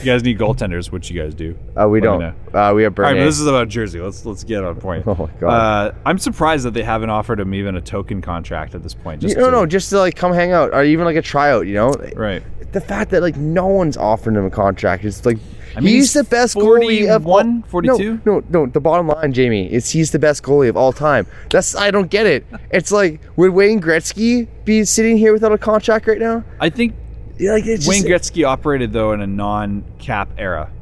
A: you guys need goaltenders, which you guys do.
B: Uh, we
A: Let me
B: don't. Uh, we have
A: All right,
B: Bernier.
A: but this is about Jersey. Let's let's get on point.
B: [laughs] Oh my god.
A: Uh, I'm surprised that they haven't offered him even a token contract at this point.
B: You-
A: Just
B: no,
A: to-
B: no, just to like come hang out or even like a tryout. You know,
A: right.
B: the fact that like no one's offering him a contract is like
A: I mean,
B: he's
A: he's
B: the best goalie of all-
A: 41, 42?
B: No, no, no. The bottom line, Jamie, is he's the best goalie of all time. That's I don't
A: [laughs]
B: get it. It's like would Wayne Gretzky be sitting here without a contract right now?
A: I think
B: Yeah, Like it's
A: Wayne
B: just,
A: Gretzky operated though in a non-cap era.
B: I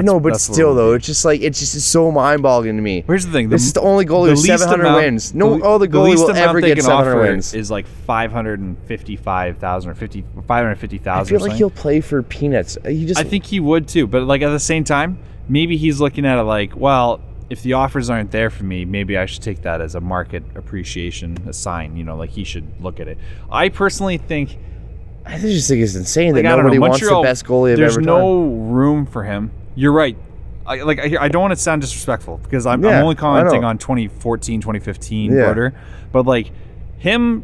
A: That's-
B: know, but
A: that's what
B: still
A: it-
B: though, it's just like it's just it's so mind-boggling to me.
A: Here's the thing:
B: This is the only goalie with 700 wins. No
A: le-
B: other goalie
A: least
B: will
A: amount
B: ever
A: they
B: get
A: can
B: 700
A: offer
B: wins.
A: Is like five hundred and fifty-five thousand or fifty five hundred fifty
B: I
A: thousand.
B: feel like he'll play for peanuts. Uh, He just
A: I think he would too, but like at the same time, maybe he's looking at it like, well, if the offers aren't there for me, maybe I should take that as a market appreciation, a sign. You know, like he should look at it. I personally think
B: I just think it's insane
A: Like,
B: that
A: I don't
B: nobody
A: know.
B: wants the
A: Montreal,
B: best goalie of
A: There's
B: every time.
A: no room for him. You're right. I, like I, I don't want to sound disrespectful because I'm,
B: Yeah,
A: I'm only
B: I
A: commenting
B: know.
A: on 2014, 2015
B: Yeah.
A: Broder, but like him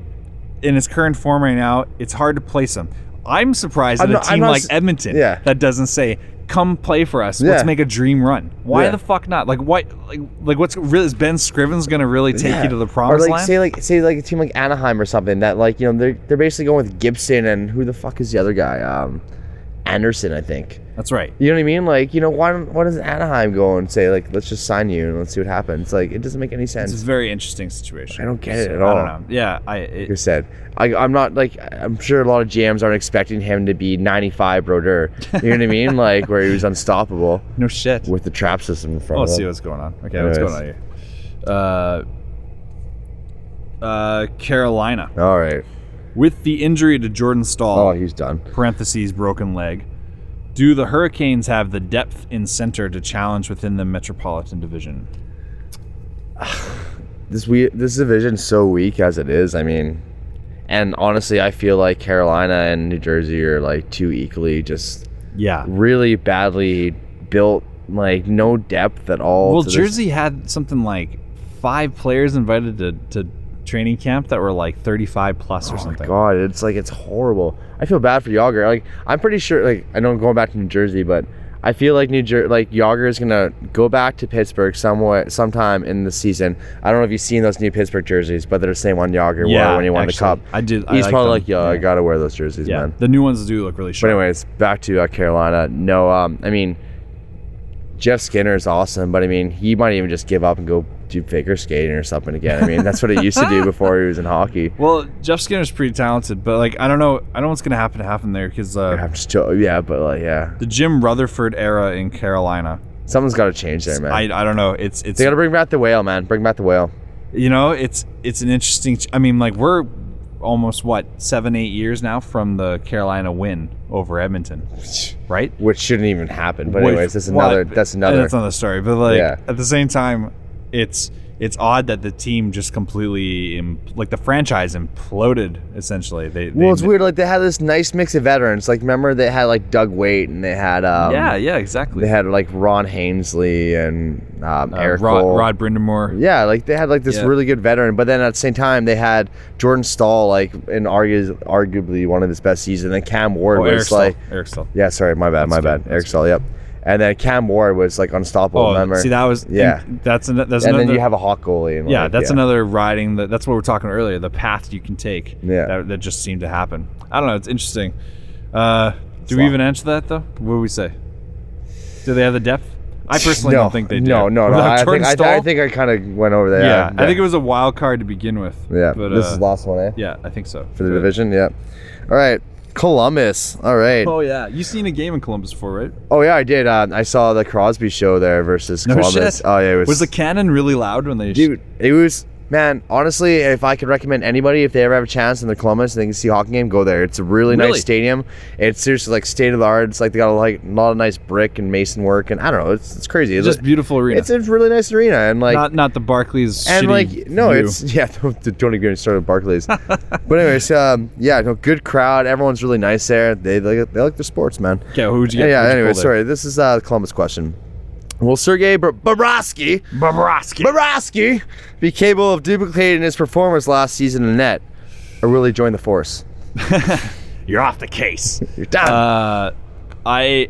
A: in his current form right now, it's hard to place him. I'm surprised
B: I'm
A: that
B: not-
A: a
B: I'm
A: team
B: not
A: like
B: s-
A: Edmonton
B: yeah.
A: that doesn't say, "Come play for us.
B: Yeah.
A: Let's make a dream run." Why
B: Yeah.
A: the fuck not? Like why? Like, like what's really is Ben Scriven's gonna really take
B: Yeah.
A: you to the
B: Or
A: promised
B: like
A: land?
B: say like say like a team like Anaheim or something that like you know they're they're basically going with Gibson and who the fuck is the other guy? Um, Anderson, I think.
A: That's right.
B: You know what I mean? Like you know why don't- why doesn't Anaheim go and say like let's just sign you and let's see what happens? Like it doesn't make any sense.
A: It's a very interesting situation.
B: I don't get it at
A: I
B: all.
A: don't know. Yeah, I. It,
B: like I said, I, I'm not like I'm sure a lot of GMs aren't expecting him to be 95 Brodeur. You know what I
A: [laughs]
B: mean? Like where he was unstoppable
A: no shit.
B: with the trap system in front
A: Oh,
B: of
A: let's
B: him.
A: see what's going on. Okay, what's going
B: Anyways.
A: on here? Uh, uh, Carolina
B: All right.
A: with the injury to Jordan
B: Oh,
A: Stahl
B: he's done.
A: (parentheses broken leg). Do the Hurricanes have the depth in center to challenge within the Metropolitan Division?
B: this we this division's so weak as it is. I mean, and honestly, I feel like Carolina and New Jersey are like two equally just
A: Yeah.
B: really badly built, like no depth at all.
A: Well,
B: to this-
A: Jersey had something like five players invited to, to training camp that were like 35 plus or
B: Oh my
A: something.
B: God, it's like it's horrible. I feel bad for Yager. Like I'm pretty sure. Like I know I'm going back to New Jersey, but I feel like New Jersey, like Yager is gonna go back to Pittsburgh somewhat sometime in the season. I don't know if you've seen those new Pittsburgh jerseys, but they're the same one Yager wore when he won
A: actually,
B: the cup.
A: I did. I
B: He's
A: like
B: probably
A: them.
B: like, yo, I
A: Yeah.
B: gotta wear those jerseys,
A: Yeah,
B: man.
A: the new ones do look really
B: But
A: sharp.
B: anyways, back to uh, Carolina. No, um, I mean, Jeff Skinner is awesome, but I mean, he might even just give up and go do figure skating or something again. I mean, that's what he
A: [laughs]
B: used to do before he was in hockey.
A: Well, Jeff Skinner's pretty talented, but like I don't know, I don't know what's gonna happen to happen there because uh,
B: I'm just jo- yeah, but like yeah,
A: the Jim Rutherford era in Carolina,
B: someone's got to change there, man.
A: I, I don't know. It's it's
B: they got to bring back the whale, man. Bring back the whale.
A: you know it's it's an interesting. ch- I mean, like we're almost what seven eight years now from the Carolina win over Edmonton,
B: [sighs]
A: right?
B: which shouldn't even happen. But
A: Which-
B: anyways, that's
A: well,
B: another.
A: I-
B: that's another.
A: That's another story. But like
B: Yeah.
A: at the same time, it's it's odd that the team just completely Im- like the franchise imploded essentially. They, they
B: well, it's weird. Like they had this nice mix of veterans. Like remember they had like Doug Waite and they had um,
A: yeah, yeah,
B: they
A: exactly.
B: had like Ron Hainsley and um,
A: Uh,
B: Eric
A: Rod,
B: Cole.
A: Rod Brindamore.
B: Yeah, like they had like this
A: Yeah.
B: really good veteran, but then at the same time they had Jordan Stahl, like in argu- arguably one of his best seasons. And Cam Ward
A: Oh,
B: was
A: Eric Stahl.
B: like,
A: Eric Stahl.
B: yeah, sorry, my bad, my
A: good,
B: bad,
A: that's
B: Eric Stahl, yep. And then Cam Ward was like unstoppable.
A: Oh,
B: remember?
A: see that was
B: Yeah.
A: and That's an, that's
B: and
A: another.
B: then you have a hot goalie. And
A: yeah,
B: like,
A: that's another riding. That that's what we were talking earlier. The path you can take.
B: Yeah.
A: That, that just seemed to happen. I don't know. It's interesting. Uh, do we
B: Slow.
A: even answer that though? What do we say? Do they have the depth? I personally
B: [laughs] no,
A: don't think they do.
B: No, no, no.
A: Without
B: I
A: Jordan
B: think, I,
A: Stahl?
B: I think I kind of went over there.
A: yeah, I think it was a wild card to begin with.
B: Yeah,
A: But,
B: this
A: uh,
B: is last one, eh?
A: Yeah, I think so.
B: For the division, yeah. All right, Columbus. All right.
A: Oh yeah, you've seen a game in Columbus before, right?
B: Oh yeah, I did. Um, I saw the Crosby show there versus
A: No
B: Columbus.
A: shit.
B: Oh yeah, it was.
A: Was the cannon really loud when they?
B: dude? It was man. Honestly, if I could recommend anybody, if they ever have a chance in the Columbus and they can see a hockey game, go there. It's a really,
A: Really?
B: nice stadium. It's seriously like state of the art. It's like they got a, like a lot of nice brick and mason work, and I don't know. It's it's crazy. It's
A: just beautiful arena.
B: it's a really nice arena, and like
A: not not the Barclays.
B: and
A: shitty
B: like no,
A: view.
B: it's [laughs] yeah. Don't, don't even get me started with Barclays. but anyways, um, yeah, no, good crowd. Everyone's really nice there. They they, they like their sports, man.
A: okay. Who'd you
B: Yeah.
A: get?
B: yeah
A: Who'd you
B: anyway,
A: pull there?
B: sorry. This is uh, Columbus question. Will Sergei Bor- Bobrovsky
A: Bobrovsky.
B: Bobrovsky be capable of duplicating his performance last season in the net, or will he join the force?
A: You're off the case.
B: You're done.
A: Uh, I,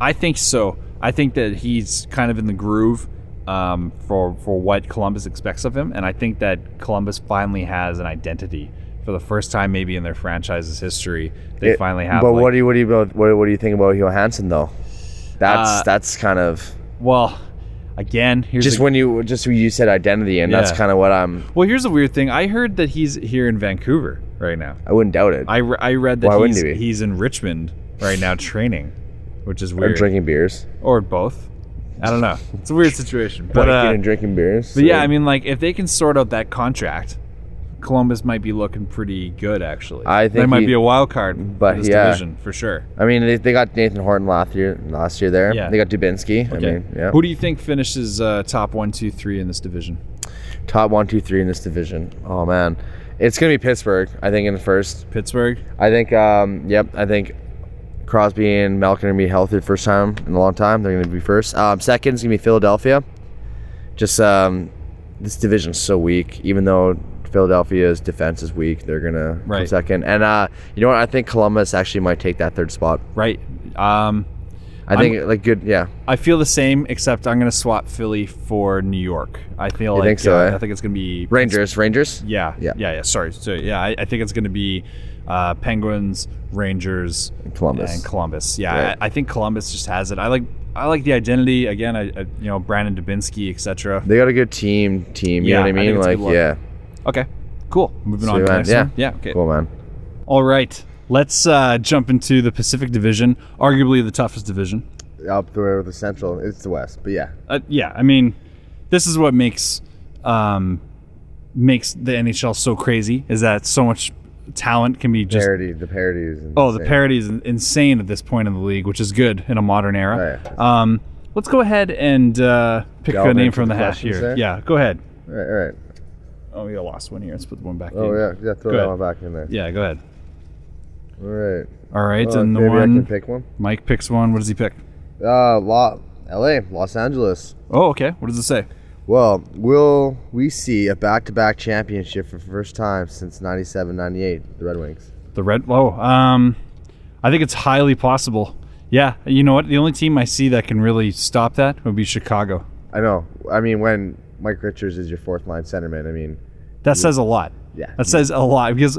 A: I think so. I think that he's kind of in the groove um, for for what Columbus expects of him, and I think that Columbus finally has an identity for the first time, maybe in their franchise's history. They
B: It-
A: finally have.
B: But
A: like-
B: what do you what do you what, what do you think about Johansson though? That's
A: Uh,
B: that's kind of
A: well, again, here's
B: just
A: the-
B: when you just when you said identity, and that's
A: Yeah.
B: kind of what I'm.
A: well, here's a weird thing. I heard that he's here in Vancouver right now.
B: I wouldn't doubt it.
A: I, re- I read that
B: Why wouldn't
A: he's,
B: he be?
A: he's in Richmond right now training, which is
B: I'm
A: weird.
B: drinking beers.
A: or both. I don't know. It's a weird situation. But,
B: Like,
A: uh,
B: and drinking beers.
A: but yeah, I mean, like if they can sort out that contract, Columbus might be looking pretty good actually.
B: I think
A: they might
B: he-
A: be a wild card,
B: but
A: for this
B: yeah.
A: division for sure.
B: I mean, they, they got Nathan Horton last year. Last year there,
A: Yeah.
B: they got Dubinsky. I
A: Okay.
B: mean, yeah,
A: Who do you think finishes uh, top one, two, three in this division?
B: top one, two, three in this division. Oh man, it's gonna be Pittsburgh. I think in the first.
A: Pittsburgh.
B: I think, um, yep, I think Crosby and Malkin are gonna be healthy the first time in a long time. They're gonna be first. Um, second is gonna be Philadelphia. Just um, this division's so weak. Even though Philadelphia's defense is weak, they're gonna come
A: Right.
B: second. And uh, you know what? I think Columbus actually might take that third spot.
A: Right. Um,
B: I think like good, yeah.
A: I feel the same, except I'm going to swap Philly for New York. I feel like
B: think so,
A: uh,
B: eh?
A: I think it's going to be
B: Rangers, Rangers.
A: Yeah, yeah,
B: Yeah.
A: yeah, Sorry, so yeah, I, I think it's going to be uh, Penguins, Rangers, and
B: Columbus.
A: and Columbus. Yeah,
B: Right.
A: I, I think Columbus just has it. I like, I like the identity again. I, I you know, Brandon Dubinsky, etc.
B: They got a good team. Team, you
A: Yeah,
B: know what
A: I
B: I
A: think
B: mean?
A: it's
B: Like,
A: good luck.
B: yeah,
A: Okay, cool. Moving
B: So
A: on to the
B: that-
A: next
B: yeah.
A: one. Yeah, okay.
B: cool, man.
A: All right, let's uh, jump into the Pacific Division, arguably the toughest division.
B: Up there with the Central, it's the West, but yeah,
A: uh, yeah, I mean, this is what makes um, makes the NHL so crazy is that so much talent can be just
B: parody, the parodies. And
A: oh the parity is insane at this point in the league, which is good in a modern era.
B: Oh,
A: Um, let's go ahead and uh, pick
B: Delve
A: a name
B: into
A: from the
B: the
A: hat
B: questions
A: here.
B: there?
A: Yeah, go ahead.
B: All right, all right.
A: Oh, you lost one here. Let's put the one back.
B: Oh
A: in.
B: yeah, yeah. Throw
A: Go
B: that
A: ahead.
B: one back in there.
A: Yeah, go ahead.
B: All right.
A: All right,
B: Oh,
A: and the
B: maybe I can
A: one
B: pick one.
A: Mike picks one. What does he pick?
B: Uh, La- L.A., Los Angeles.
A: Oh, okay. What does it say?
B: Well, will we see a back-to-back championship for the first time since 97-98, the Red Wings?
A: The red. Oh, um, I think it's highly possible. Yeah, you know what? The only team I see that can really stop that would be Chicago.
B: I know. I mean, when Mike Richards is your fourth line centerman, I mean,
A: That says a lot.
B: yeah.
A: That says a lot because,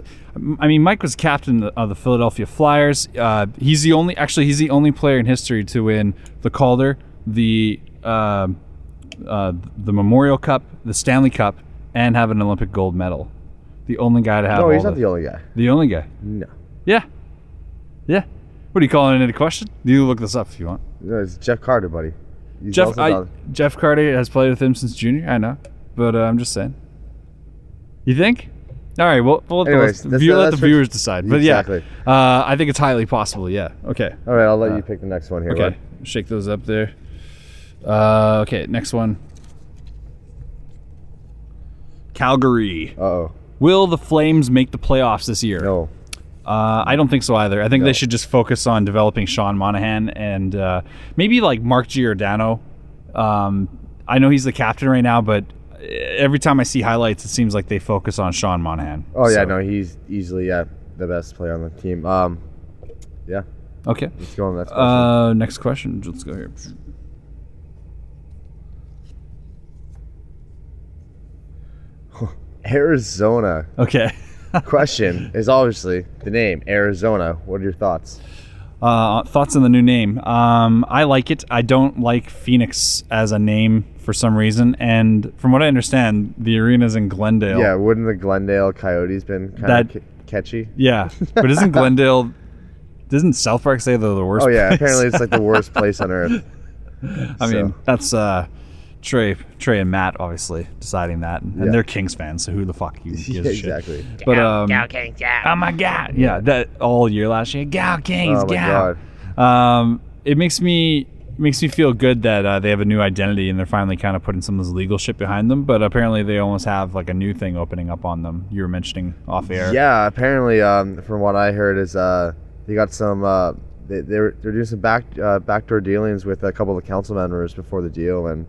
A: I mean, Mike was captain of the Philadelphia Flyers. Uh, he's the only, actually, he's the only player in history to win the Calder, the um uh, the Memorial Cup, the Stanley Cup, and have an Olympic gold medal. The only guy to have.
B: no,
A: all
B: he's not
A: the,
B: the only guy.
A: the only guy.
B: No.
A: Yeah, yeah. What are you calling it a question? You look this up if you want.
B: No, it's Jeff Carter, buddy. He's
A: Jeff
B: also
A: I,
B: not-
A: Jeff Carter has played with him since junior. I know, but uh, I'm just saying. You think? All right. Well, we'll let the-
B: Anyways,
A: the,
B: that's-
A: view, let the
B: that's for-
A: viewers decide. But
B: Exactly.
A: yeah, uh, I think it's highly possible. Yeah. Okay.
B: All right, I'll let you pick the next one here.
A: Uh, Okay.
B: bud.
A: Shake those up there. Uh, okay. Next one. Calgary.
B: Uh-oh.
A: Will the Flames make the playoffs this year?
B: No.
A: Uh, I don't think so either. I think
B: No.
A: they should just focus on developing Sean Monahan and uh, maybe like Mark Giordano. Um, I know he's the captain right now, but every time I see highlights, it seems like they focus on Sean Monahan.
B: Oh yeah,
A: So-
B: no, he's easily yeah, the best player on the team. Um, yeah,
A: Okay.
B: let's go on that.
A: Uh, next question. Let's go here.
B: Arizona
A: Okay. [laughs]
B: question is obviously the name Arizona. What are your thoughts?
A: Uh, thoughts on the new name? Um, I like it. I don't like Phoenix as a name for some reason. And from what I understand, the arena's in Glendale.
B: Yeah, wouldn't the Glendale Coyotes been kind
A: That-
B: of c- catchy?
A: Yeah, but
B: [laughs]
A: isn't Glendale? Doesn't South Park say they're the worst?
B: Oh yeah,
A: place?
B: apparently it's like the worst place on earth.
A: [laughs] I mean,
B: so.
A: that's uh, Trey, Trey and Matt obviously deciding that, and, and
B: Yeah.
A: they're Kings fans, so who the fuck
B: [laughs]
A: you gives
B: Yeah,
A: a shit?
B: exactly.
A: But um,
C: King, yeah.
A: oh my god, yeah, that all year last year, Gal Kings,
B: Oh my
A: Gal. Um, it makes me it makes me feel good that uh, they have a new identity and they're finally kind of putting some of this legal shit behind them. But apparently, they almost have like a new thing opening up on them. You were mentioning off air.
B: Yeah, apparently, um, from what I heard is uh, they got some. Uh, they, they're they're doing some back uh, backdoor dealings with a couple of council members before the deal, and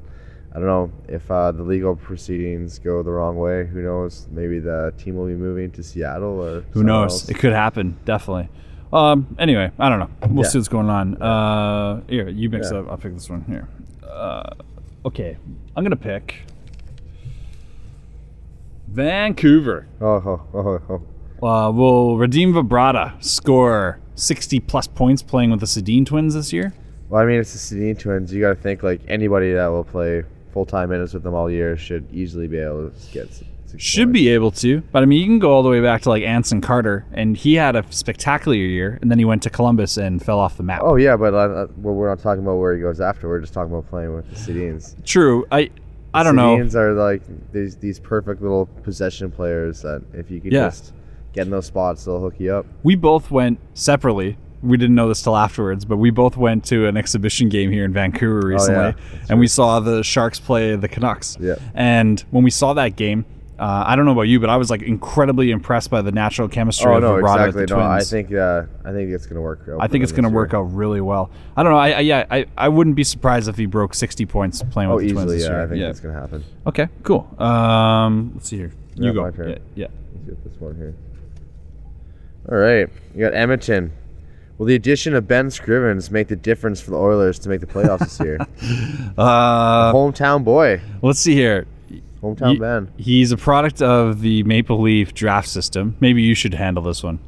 B: I don't know if uh, the legal proceedings go the wrong way. Who knows? Maybe the team will be moving to Seattle or
A: Who knows? It could happen, definitely. Um. Anyway, I don't know. We'll
B: Yeah.
A: see what's going on. Uh. Here, you mix
B: Yeah.
A: up. I'll pick this one here. Uh. Okay, I'm gonna pick Vancouver.
B: Oh, oh, oh, oh.
A: Uh, will Redeem Vibrata score 60 plus points playing with the Sedin twins this year?
B: Well, I mean, it's the Sedin twins. You got to think like anybody that will play full time minutes with them all year should easily be able to get. s- six
A: Should
B: points.
A: be able to, but I mean, you can go all the way back to like Anson Carter, and he had a spectacular year, and then he went to Columbus and fell off the map.
B: Oh yeah, but uh, well, we're not talking about where he goes after. We're just talking about playing with the Sedins.
A: True. I I don't know.
B: Sedins are like these these perfect little possession players that if you could
A: Yeah.
B: just get in those spots, they'll hook you up.
A: we both went separately. We didn't know this till afterwards, but we both went to an exhibition game here in Vancouver recently,
B: Oh, yeah.
A: and we saw the Sharks play the Canucks.
B: Yeah.
A: And when we saw that game, uh, I don't know about you, but I was like incredibly impressed by the natural chemistry
B: Oh
A: of
B: no,
A: Verrata
B: exactly.
A: with the
B: No, I
A: Twins.
B: think uh, I think it's gonna work. out
A: I
B: for
A: think it's
B: them
A: going to
B: this
A: work
B: year.
A: out really well. I don't know. I, I yeah, I, I wouldn't be surprised if he broke sixty points playing
B: Oh,
A: with the Twins
B: easily.
A: this
B: Yeah,
A: year.
B: I think
A: yeah.
B: it's gonna happen.
A: Okay. Cool. Um, let's see here. You
B: Yeah,
A: go.
B: my turn.
A: Yeah, yeah.
B: Let's get this one here. All right, you got Edmonton. Will the addition of Ben Scrivens make the difference for the Oilers to make the playoffs
A: [laughs]
B: this year?
A: Uh,
B: Hometown boy,
A: let's see here.
B: hometown
A: Ye-
B: Ben.
A: He's a product of the Maple Leaf draft system. Maybe you should handle this one.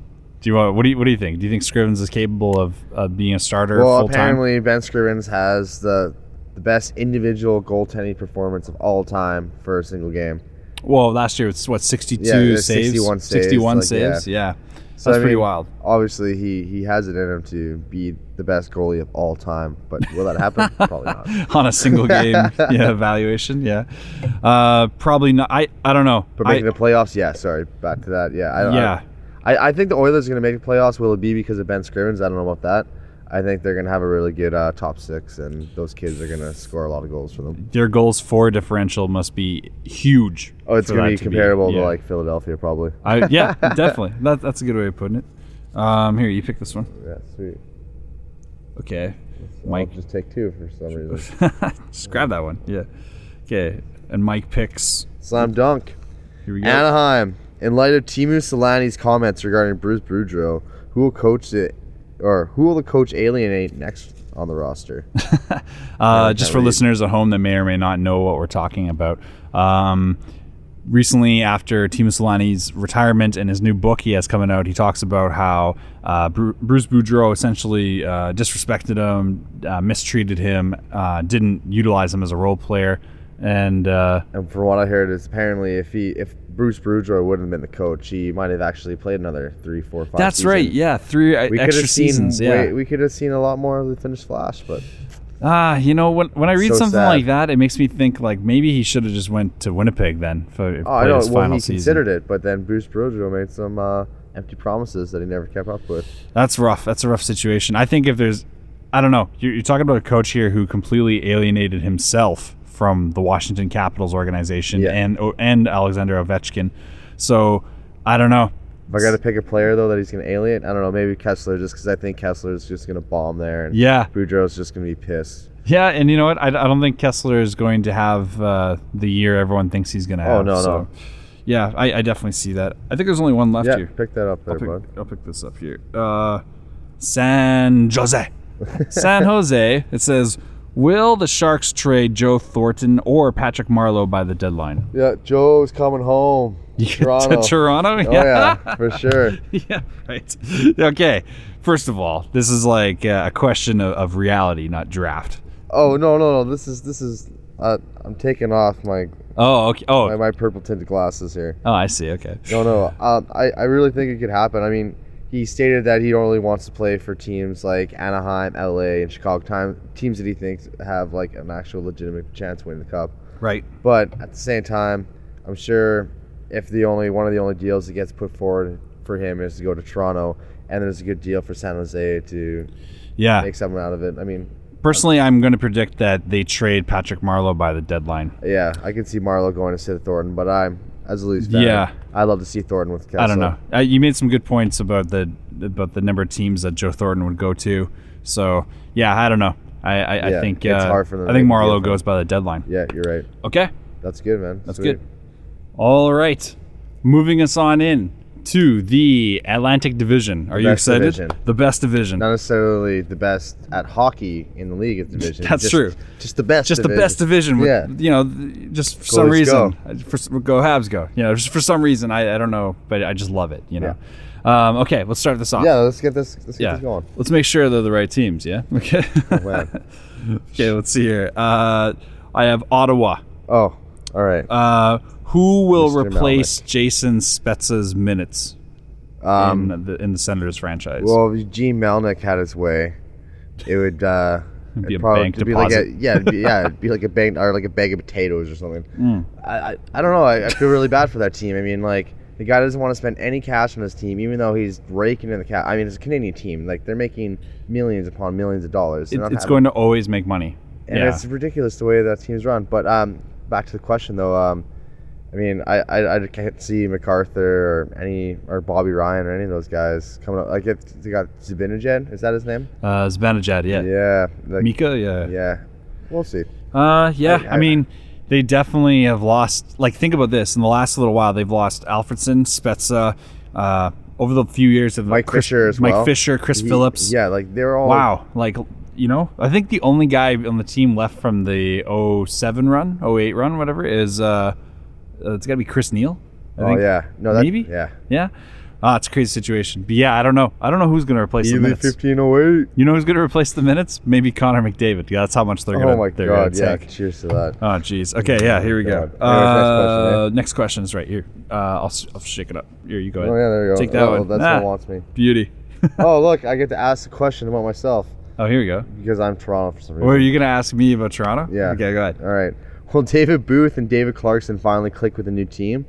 A: Do you want? What do you What do you think? Do you think Scrivens is capable of uh, being a starter
B: Well,
A: full time?
B: apparently Ben Scrivens has the the best individual goaltending performance of all time for a single game.
A: Well, last year it's what sixty two
B: Yeah, it was
A: saves,
B: 61 saves,
A: 61
B: like,
A: saves? Yeah,
B: So,
A: that's
B: I
A: pretty
B: mean,
A: wild. [laughs]
B: Obviously, he he has it in him to be the best goalie of all time, but will
A: [laughs]
B: that happen? Probably not.
A: on a
B: [laughs]
A: single game yeah, evaluation. Yeah, uh, probably not. I I don't know.
B: But
A: I-
B: making the playoffs, yeah. Sorry, back to that. Yeah, I,
A: yeah,
B: I, I, I think the Oilers are going to make the playoffs. Will it be because of Ben Scrivens? I don't know about that. I think they're going to have a really good uh, top six, and those kids are going to score a lot of goals for them.
A: their goals for differential must be huge.
B: Oh, it's
A: for
B: going
A: that
B: to be comparable
A: yeah.
B: to like Philadelphia, probably.
A: I,
B: [laughs]
A: yeah, definitely. That, that's a good way of putting it. Um, here, you pick this one.
B: Yeah, sweet.
A: Okay,
B: I'll
A: Mike.
B: just take two for some reason.
A: just grab that one. Yeah. Okay. And Mike picks.
B: Slam dunk.
A: Here we go.
B: Anaheim, in light of Timu Solani's comments regarding Bruce Boudreau, who will coach the or who will the coach alienate next on
A: [laughs]
B: the roster?
A: Uh,
B: Yeah,
A: just
B: that
A: for
B: way-
A: listeners at home that may or may not know what we're talking about. Um, recently, after Timo Solani's retirement and his new book he has coming out, he talks about how uh, Bru- Bruce Boudreau essentially uh, disrespected him, uh, mistreated him, uh, didn't utilize him as a role player, and uh,
B: and from what I heard, is apparently if he if Bruce Boudreau wouldn't have been the coach, he might have actually played another three, four, five.
A: that's
B: seasons.
A: right. Yeah, three uh,
B: We could
A: extra
B: have seen.
A: seasons.
B: way-
A: yeah.
B: we could have seen a lot more of the Finnish Flash, but
A: Ah, you know when when I read
B: So
A: something
B: sad.
A: like that, it makes me think like maybe he should have just went to Winnipeg then for
B: oh, I know.
A: his
B: Well,
A: final
B: he
A: season.
B: considered it, but then Bruce Boudreau made some uh, empty promises that he never kept up with.
A: That's rough. That's a rough situation. I think if there's, I don't know, you're, you're talking about a coach here who completely alienated himself from the Washington Capitals organization
B: Yeah.
A: and and Alexander Ovechkin. So I don't know.
B: If I got to pick a player though that he's going to alienate, I don't know. Maybe Kessler, just because I think Kessler's just going to bomb there, and
A: Yeah,
B: Boudreau's just going to be pissed.
A: yeah, and you know what? I, I don't think Kessler is going to have uh, the year everyone thinks he's going to have.
B: Oh, no, no.
A: so- Yeah, I, I definitely see that. I think there's only one left
B: yeah,
A: here.
B: pick that up there,
A: I'll pick,
B: bud.
A: I'll pick this up here. Uh, San
B: [laughs]
A: Jose. San Jose. It says, Will the Sharks trade Joe Thornton or Patrick Marlowe by the deadline? [laughs]
B: Yeah, Joe's coming home. Toronto.
A: to [laughs] Toronto?
B: Oh yeah, for sure.
A: [laughs] yeah, right. Okay. First of all, this is like uh, a question of, of reality, not draft.
B: Oh no, no, no. This is this is. Uh, I'm taking off my
A: Oh, okay. Oh,
B: my, my purple tinted glasses here.
A: oh I see. Okay.
B: No, no. Um, I I really think it could happen. I mean, he stated that he only wants to play for teams like Anaheim, LA, and Chicago. Time teams that he thinks have like an actual legitimate chance of winning the cup.
A: Right.
B: But at the same time, I'm sure if the only one of the only deals that gets put forward for him is to go to Toronto, and there's a good deal for San Jose to
A: Yeah.
B: make something out of it. I mean,
A: Personally, I'm going to predict that they trade Patrick Marlowe by the deadline.
B: yeah, I can see Marlowe going to sit at Thornton, but I'm as a Leafs fan,
A: Yeah.
B: I'd love to see Thornton with. Kessel.
A: I don't know. Uh, you made some good points about the about the number of teams that Joe Thornton would go to. So yeah, I don't know. I I, I
B: Yeah,
A: think
B: it's
A: uh,
B: hard for them
A: I
B: to
A: think
B: make a deal
A: Marlowe
B: for
A: goes by the deadline.
B: Yeah, you're right.
A: Okay,
B: That's good, man.
A: that's good. All right, moving us on in to the Atlantic Division. Are you
B: best
A: excited?
B: division.
A: The best division.
B: Not necessarily the best at hockey in the league at division.
A: [laughs] That's
B: just,
A: true.
B: Just the best.
A: just
B: division.
A: the best division. With,
B: Yeah.
A: You know, th- just for
B: Go
A: some
B: Leafs,
A: reason, I- for, s- go Habs, go. You know, just for some reason, I, I don't know, but I just love it. You know. Um, okay, let's start this off.
B: Yeah, let's get this. Let's get
A: Yeah.
B: this going.
A: Let's make sure they're the right teams. Yeah. [laughs] Okay.
B: Man.
A: Okay, let's see here. Uh, I have Ottawa.
B: Oh, all right.
A: Uh, who will
B: Mr.
A: replace Jason Spezza's minutes
B: Um,
A: in, the, in the Senators franchise?
B: well, if Gene Melnick had his way, it would. Uh,
A: be
B: it'd
A: a bank
B: it'd be like a, yeah, it'd
A: [laughs]
B: be, yeah, it'd be like a bank or like a bag of potatoes or something.
A: Hmm.
B: I, I, I don't know. I, I feel really bad for that team. I mean, like the guy doesn't want to spend any cash on his team, even though he's raking in the cash. I mean, it's a Canadian team. Like they're making millions upon millions of dollars. They're
A: It-
B: not
A: it's
B: having-
A: going to always make money.
B: and
A: yeah.
B: it's ridiculous the way that team's run. But um, back to the question though, um, I mean, I, I I can't see MacArthur or any or Bobby Ryan or any of those guys coming up. Like if they got Zubinajad, is that his name?
A: Uh, Zibanejad, yeah.
B: Yeah, like,
A: Mika, yeah.
B: yeah. We'll see.
A: Uh, yeah.
B: I-
A: I, mean, they definitely have lost. Like, think about this. In the last little while, they've lost Alfredson, Spezza. Uh, over the few years of
B: Mike Fisher as well.
A: Mike Fisher, Chris
B: He-
A: Phillips.
B: Yeah, like they're all
A: Wow. Like, you know, I think the only guy on the team left from the 07 run, 08 run, whatever, is uh, uh, it's got to be Chris Neal. I
B: Oh
A: think.
B: yeah, no, that,
A: maybe?
B: yeah.
A: Yeah. Ah, it's a crazy situation. But yeah, I don't know. I don't know who's going to replace the minutes.
B: fifteen oh eight.
A: You know who's going to replace the minutes? Maybe Connor McDavid. Yeah, that's how much they're going to
B: Oh my
A: they're gonna
B: god, yeah.
A: take.
B: Cheers to that.
A: Oh, jeez. Okay, yeah, here we go.
B: God. Anyways, next question,
A: Uh, next question is right here. Uh, I'll, s- I'll shake it up. Here, you go ahead.
B: Oh yeah, there you go.
A: Take that
B: oh,
A: one.
B: That's
A: Ah, [laughs]
B: what wants me.
A: beauty.
B: Oh look, I get to ask a question about myself
A: oh, here we go.
B: because I'm Toronto for some reason.
A: Were you going to ask me about Toronto?
B: Yeah.
A: Okay, go ahead.
B: All right. Will David Booth and David Clarkson finally click with a new team,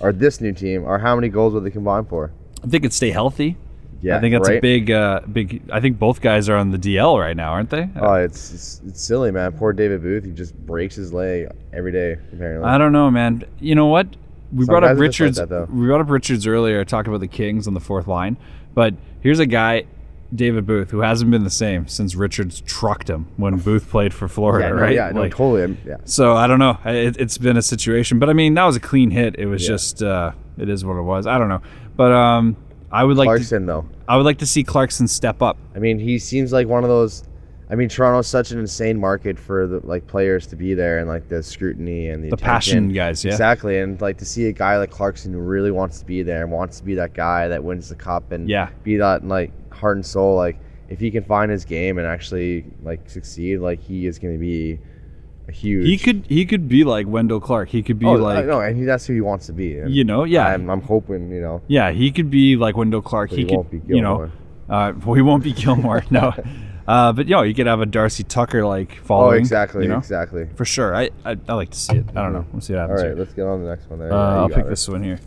B: or this new team, or how many goals will they combine for?
A: I think it's stay healthy.
B: Yeah,
A: I think that's a
B: right?
A: big, uh, big. I think both guys are on the DL right now, aren't they?
B: Oh, it's, it's it's silly, man. Poor David Booth. He just breaks his leg every day. Apparently,
A: I don't know, man. You know what? We
B: Some
A: brought
B: guys
A: up
B: are just like
A: Richards.
B: that, though.
A: we brought up Richards earlier, talked about the Kings on the fourth line, but here's a guy, David Booth, who hasn't been the same since Richards trucked him when Booth played for Florida,
B: yeah, no,
A: right?
B: yeah, no,
A: Like,
B: totally. I'm- yeah,
A: so I don't know. I- It, it's been a situation, but I mean, that was a clean hit. It was
B: Yeah.
A: just, uh, it is what it was. I don't know, but um, I would like. To,
B: Clarkson though.
A: I would like to see Clarkson step up.
B: I mean, he seems like one of those. I mean, Toronto's such an insane market for the like players to be there and like the scrutiny and the,
A: The
B: attention.
A: passion guys, yeah.
B: Exactly, and like to see a guy like Clarkson who really wants to be there and wants to be that guy that wins the cup and
A: Yeah.
B: be that like heart and soul. Like if he can find his game and actually like succeed, like he is going to be a huge.
A: He could he could be like Wendell Clark. He could be
B: oh,
A: like
B: no, and he, that's who he wants to be. And
A: you know, yeah.
B: I'm, I'm hoping you know
A: yeah, he could be like Wendell Clark.
B: But
A: He,
B: he
A: could
B: won't be
A: you know
B: Gilmore.
A: uh well, he won't be [laughs] Gilmore, no. Uh but yo, you could have a Darcy Tucker like
B: Oh,
A: following.
B: exactly,
A: You know?
B: exactly.
A: For sure. I, I I like to see it. I don't know. We'll see what
B: All
A: happens.
B: right,
A: here.
B: let's get on to the next one. There,
A: Uh,
B: Yeah, you
A: I'll
B: got
A: pick
B: it.
A: this one here.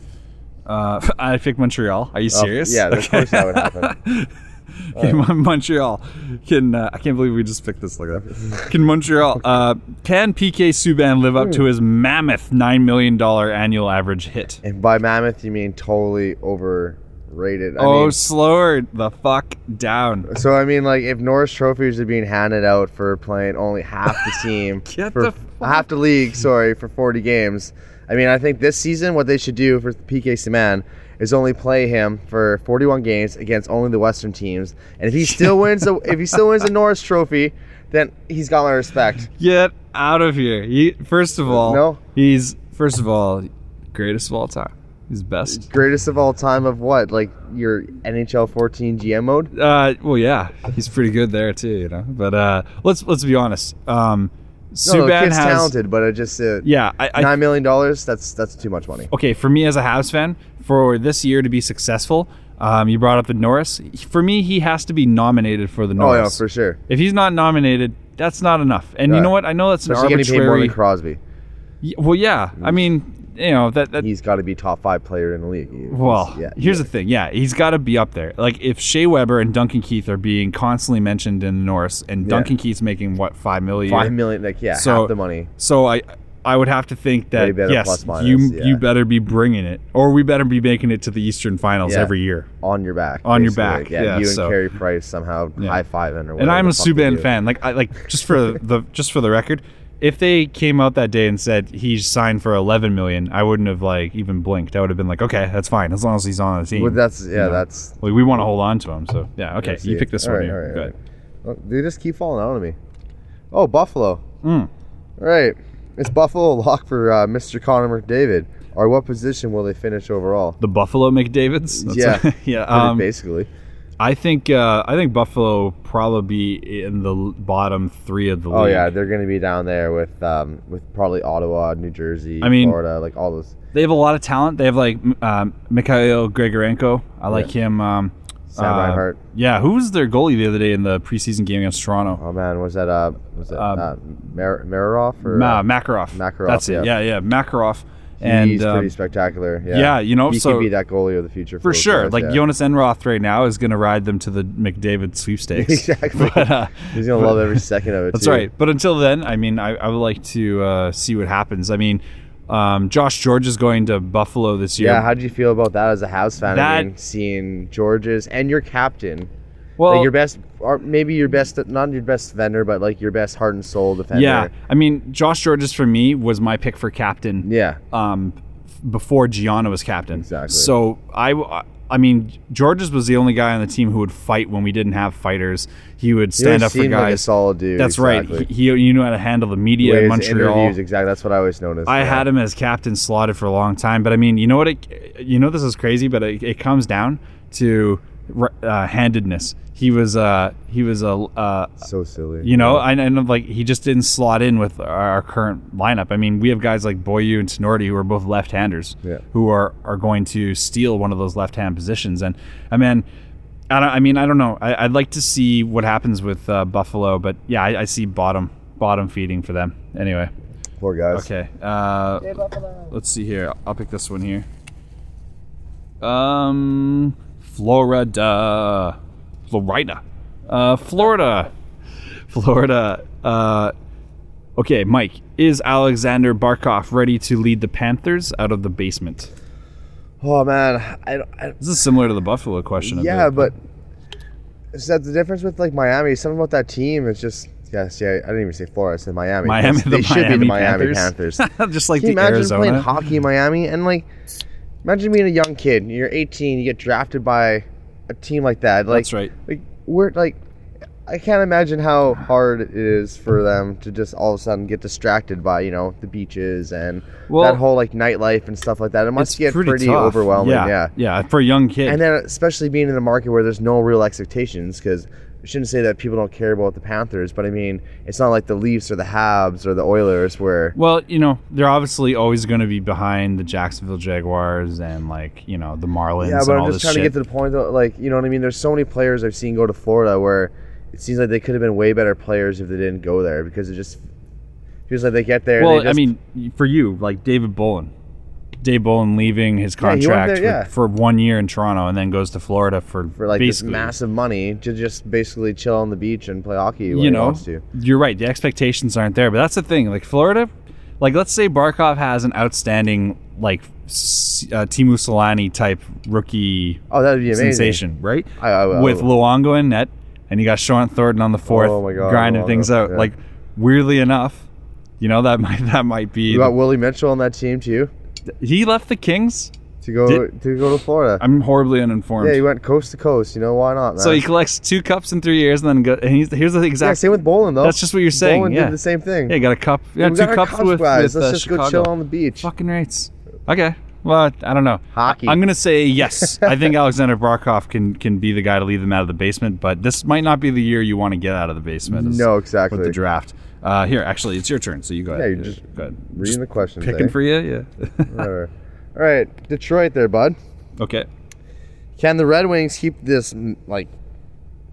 A: Uh, [laughs] I picked Montreal. Are you
B: Oh,
A: serious?
B: yeah,
A: [laughs]
B: of course that would happen.
A: Okay, Mon- Montreal can uh, I can't believe we just picked this like that. Can Montreal uh, can PK Subban live up
B: Hmm.
A: to his mammoth nine million dollar annual average hit?
B: And by mammoth, you mean totally overrated. I
A: oh,
B: mean,
A: slower the fuck down.
B: so I mean, like, if Norris trophies are being handed out for playing only half
A: [laughs]
B: the team,
A: Get
B: for
A: the fuck-
B: half the league, sorry, for 40 games. I mean, I think this season, what they should do for PK Seman is only play him for 41 games against only the Western teams, and if
A: [laughs]
B: he still wins, the, if he still wins the Norris Trophy, then he's got my respect.
A: Get out of here. He, first of all,
B: No.
A: he's first of all greatest of all time. He's best.
B: Greatest of all time of what? Like your NHL 14 GM mode?
A: Uh, well, yeah, he's pretty good there too, you know. But uh, let's let's be honest. Um,
B: No, the
A: Subban
B: kid's
A: has
B: talented, but it just uh,
A: yeah. I, I
B: nine million dollars. That's that's too much money.
A: okay, for me as a Habs fan, for this year to be successful, um, you brought up the Norris. For me, he has to be nominated for the
B: Oh yeah,
A: Norris.
B: for sure.
A: If he's not nominated, that's not enough. And you
B: Yeah.
A: know what? I know that's an
B: Especially getting paid more
A: arbitrary.
B: than Crosby.
A: Y- well, yeah. I mean, you know that. that
B: Mm. He's got to be top five player in the league. He's-
A: well,
B: yeah,
A: here's the thing. Yeah, he's got to be up there. Like if Shea Weber and Duncan Keith are being constantly mentioned in the Norris, and Duncan Keith's making what five million?
B: five million. Like yeah,
A: So-
B: half the money.
A: So I. I would have to think
B: They
A: that
B: better
A: yes,
B: plus minus,
A: you
B: yeah.
A: you better be bringing it, or we better be making it to the Eastern Finals
B: Yeah.
A: every year.
B: On your back.
A: On your
B: basically.
A: back,
B: Yeah,
A: yeah,
B: you and
A: so-
B: Carey Price somehow high five or whatever.
A: and I'm a
B: the fuck they
A: Subban
B: do.
A: fan. Like I like just
B: [laughs]
A: for the just for the record, if they came out that day and said he signed for 11 million, I wouldn't have like even blinked. I would have been like, okay, that's fine as long as he's on the team.
B: Well, that's yeah,
A: know.
B: that's.
A: like we want to hold on to him. So yeah, okay,
B: let's
A: you
B: see.
A: pick this
B: All
A: one
B: right,
A: here.
B: all right,
A: Go
B: all
A: ahead.
B: right. Well, oh, They just keep falling out on me. Oh, Buffalo.
A: Mm.
B: All right, it's Buffalo a lock for uh, Mr. Connor McDavid. Or what position will they finish overall?
A: The Buffalo McDavids.
B: Yeah.
A: [laughs] yeah. Um,
B: basically.
A: I think uh, I think Buffalo probably be in the l- bottom three of the league.
B: Oh yeah, they're going to be down there with um, with probably Ottawa, New Jersey,
A: I mean-
B: Florida, like all those.
A: they have a lot of talent. They have like m- um, Mikhail Gregorenko. I like him. Um,
B: Sam Reinhart.
A: Yeah, who was their goalie the other day in the preseason game against Toronto?
B: Oh man, was that uh was that
A: Um,
B: uh, Mer- Maroff or
A: Ma-
B: uh,
A: Makarov.
B: Makarov,
A: That's it. Yeah,
B: yeah.
A: yeah, Makarov. And
B: he's
A: um,
B: pretty spectacular. Yeah,
A: yeah, you know,
B: he
A: so-
B: could be that goalie of the future
A: for
B: those
A: sure,
B: guys,
A: like
B: yeah.
A: Jonas Enroth right now is going to ride them to the McDavid sweepstakes.
B: [laughs] [laughs] Exactly.
A: [laughs] But, uh,
B: He's gonna love every second of it.
A: that's
B: too.
A: right. But until then, I mean, I, I would like to uh, see what happens. I mean, um, Josh George is going to Buffalo this year.
B: Yeah, how did you feel about that as a Habs fan?
A: That-
B: I mean, seeing Georges and your captain,
A: well,
B: like your best, or maybe your best, not your best defender, but like your best heart and soul defender.
A: yeah. I mean, Josh George is for me was my pick for captain.
B: yeah.
A: um, f- before Gianna was captain.
B: Exactly.
A: So I, w- I mean, Georges was the only guy on the team who would fight when we didn't have fighters. He would
B: He always
A: stand up for
B: seemed like a
A: guys.
B: solid dude.
A: That's
B: exactly.
A: right. He, he, you knew how to handle the media in
B: Ways,
A: Montreal.
B: interviews, exactly. That's what I always noticed.
A: I
B: yeah.
A: had him as captain slotted for a long time, but I mean, you know what? It, you know this is crazy, but it, it comes down to r- uh, handedness. He was uh, he was a uh,
B: so silly.
A: you know, and, and like he just didn't slot in with our, our current lineup. I mean, we have guys like Boyu and Tenorti who are both left-handers,
B: Yeah.
A: who are are going to steal one of those left-hand positions. And I mean, I, don't, I mean, I don't know. I, I'd like to see what happens with uh, Buffalo, but yeah, I, I see bottom bottom feeding for them. Anyway,
B: poor guys.
A: okay. Uh, let's see here. I'll pick this one here. Um, Florida, Florida, uh, Florida, Florida. Uh, okay, Mike, is Alexander Barkov ready to lead the Panthers out of the basement?
B: Oh man, I, don't- I,
A: This is similar to the Buffalo question. a
B: yeah,
A: bit.
B: but is that the difference with like Miami? Something about that team is just yeah. See, I, I didn't even say Florida. I said Miami.
A: Miami,
B: Yes,
A: the
B: they should
A: Miami
B: be the Miami
A: Panthers. [laughs]
B: Panthers.
A: just like
B: Can you
A: the
B: imagine
A: Arizona.
B: playing hockey in Miami and like imagine being a young kid? You're 18. You get drafted by a team like that. Like
A: That's right.
B: like we're like I can't imagine how hard it is for them to just all of a sudden get distracted by you know the beaches and
A: Well,
B: that whole like nightlife and stuff like that. It must get pretty,
A: tough.
B: overwhelming, yeah.
A: yeah, for a young kid.
B: And then especially being in a market where there's no real expectations, because I shouldn't say that people don't care about the Panthers, but I mean it's not like the Leafs or the Habs or the Oilers where
A: well, you know, they're obviously always going to be behind the Jacksonville Jaguars and like you know the Marlins.
B: Yeah,
A: and
B: but
A: all
B: I'm
A: this
B: just trying
A: shit.
B: to get to the point though. Like, you know what I mean? There's so many players I've seen go to Florida where it seems like they could have been way better players if they didn't go there because it just feels like they get there.
A: Well,
B: they just,
A: I mean, for you, like David Bolin. Dave Bolin leaving his
B: Yeah, he went there,
A: contract with-
B: yeah.
A: for one year in Toronto and then goes to Florida for,
B: for like
A: basically,
B: this massive money to just basically chill on the beach and play hockey when
A: you
B: he
A: know,
B: wants to.
A: you're right. The expectations aren't there, but that's the thing. Like Florida, like let's say Barkov has an outstanding like s- uh, Timu Solani type rookie
B: Oh, that would be amazing.
A: sensation, right?
B: I, I, I,
A: with Luongo in net, and you got Sean Thornton on the fourth,
B: Oh my God,
A: grinding
B: Luongo,
A: things out.
B: yeah.
A: Like weirdly enough, you know that [laughs] might that might be.
B: you got Willie Mitchell on that team too
A: he left the Kings.
B: to go
A: Did-
B: to go to Florida.
A: I'm horribly uninformed.
B: yeah, he went coast to coast. You know why not? Man?
A: so he collects two cups in three years, and then go, and he's, here's the
B: yeah,
A: exact.
B: same with Bolin though.
A: that's just what you're saying.
B: Bolin
A: yeah,
B: did the same thing.
A: yeah, you got a cup. Yeah,
B: we
A: two
B: got our
A: cups
B: cups,
A: with, with,
B: guys. Let's
A: uh,
B: just
A: Chicago.
B: go chill on the beach.
A: Fucking rates. Okay. Well, I don't know.
B: Hockey.
A: I'm gonna say
B: [laughs]
A: yes. I think Alexander Barkov can can be the guy to lead them out of the basement, but this might not be the year you want to get out of the basement. is
B: No, exactly.
A: With the draft. Uh, here, actually, it's your turn, so you go ahead.
B: Yeah, you just
A: go ahead.
B: Reading the questions.
A: Picking
B: eh?
A: for [laughs] you, yeah.
B: Whatever. All right, Detroit, there, bud.
A: okay.
B: Can the Red Wings keep this mm, like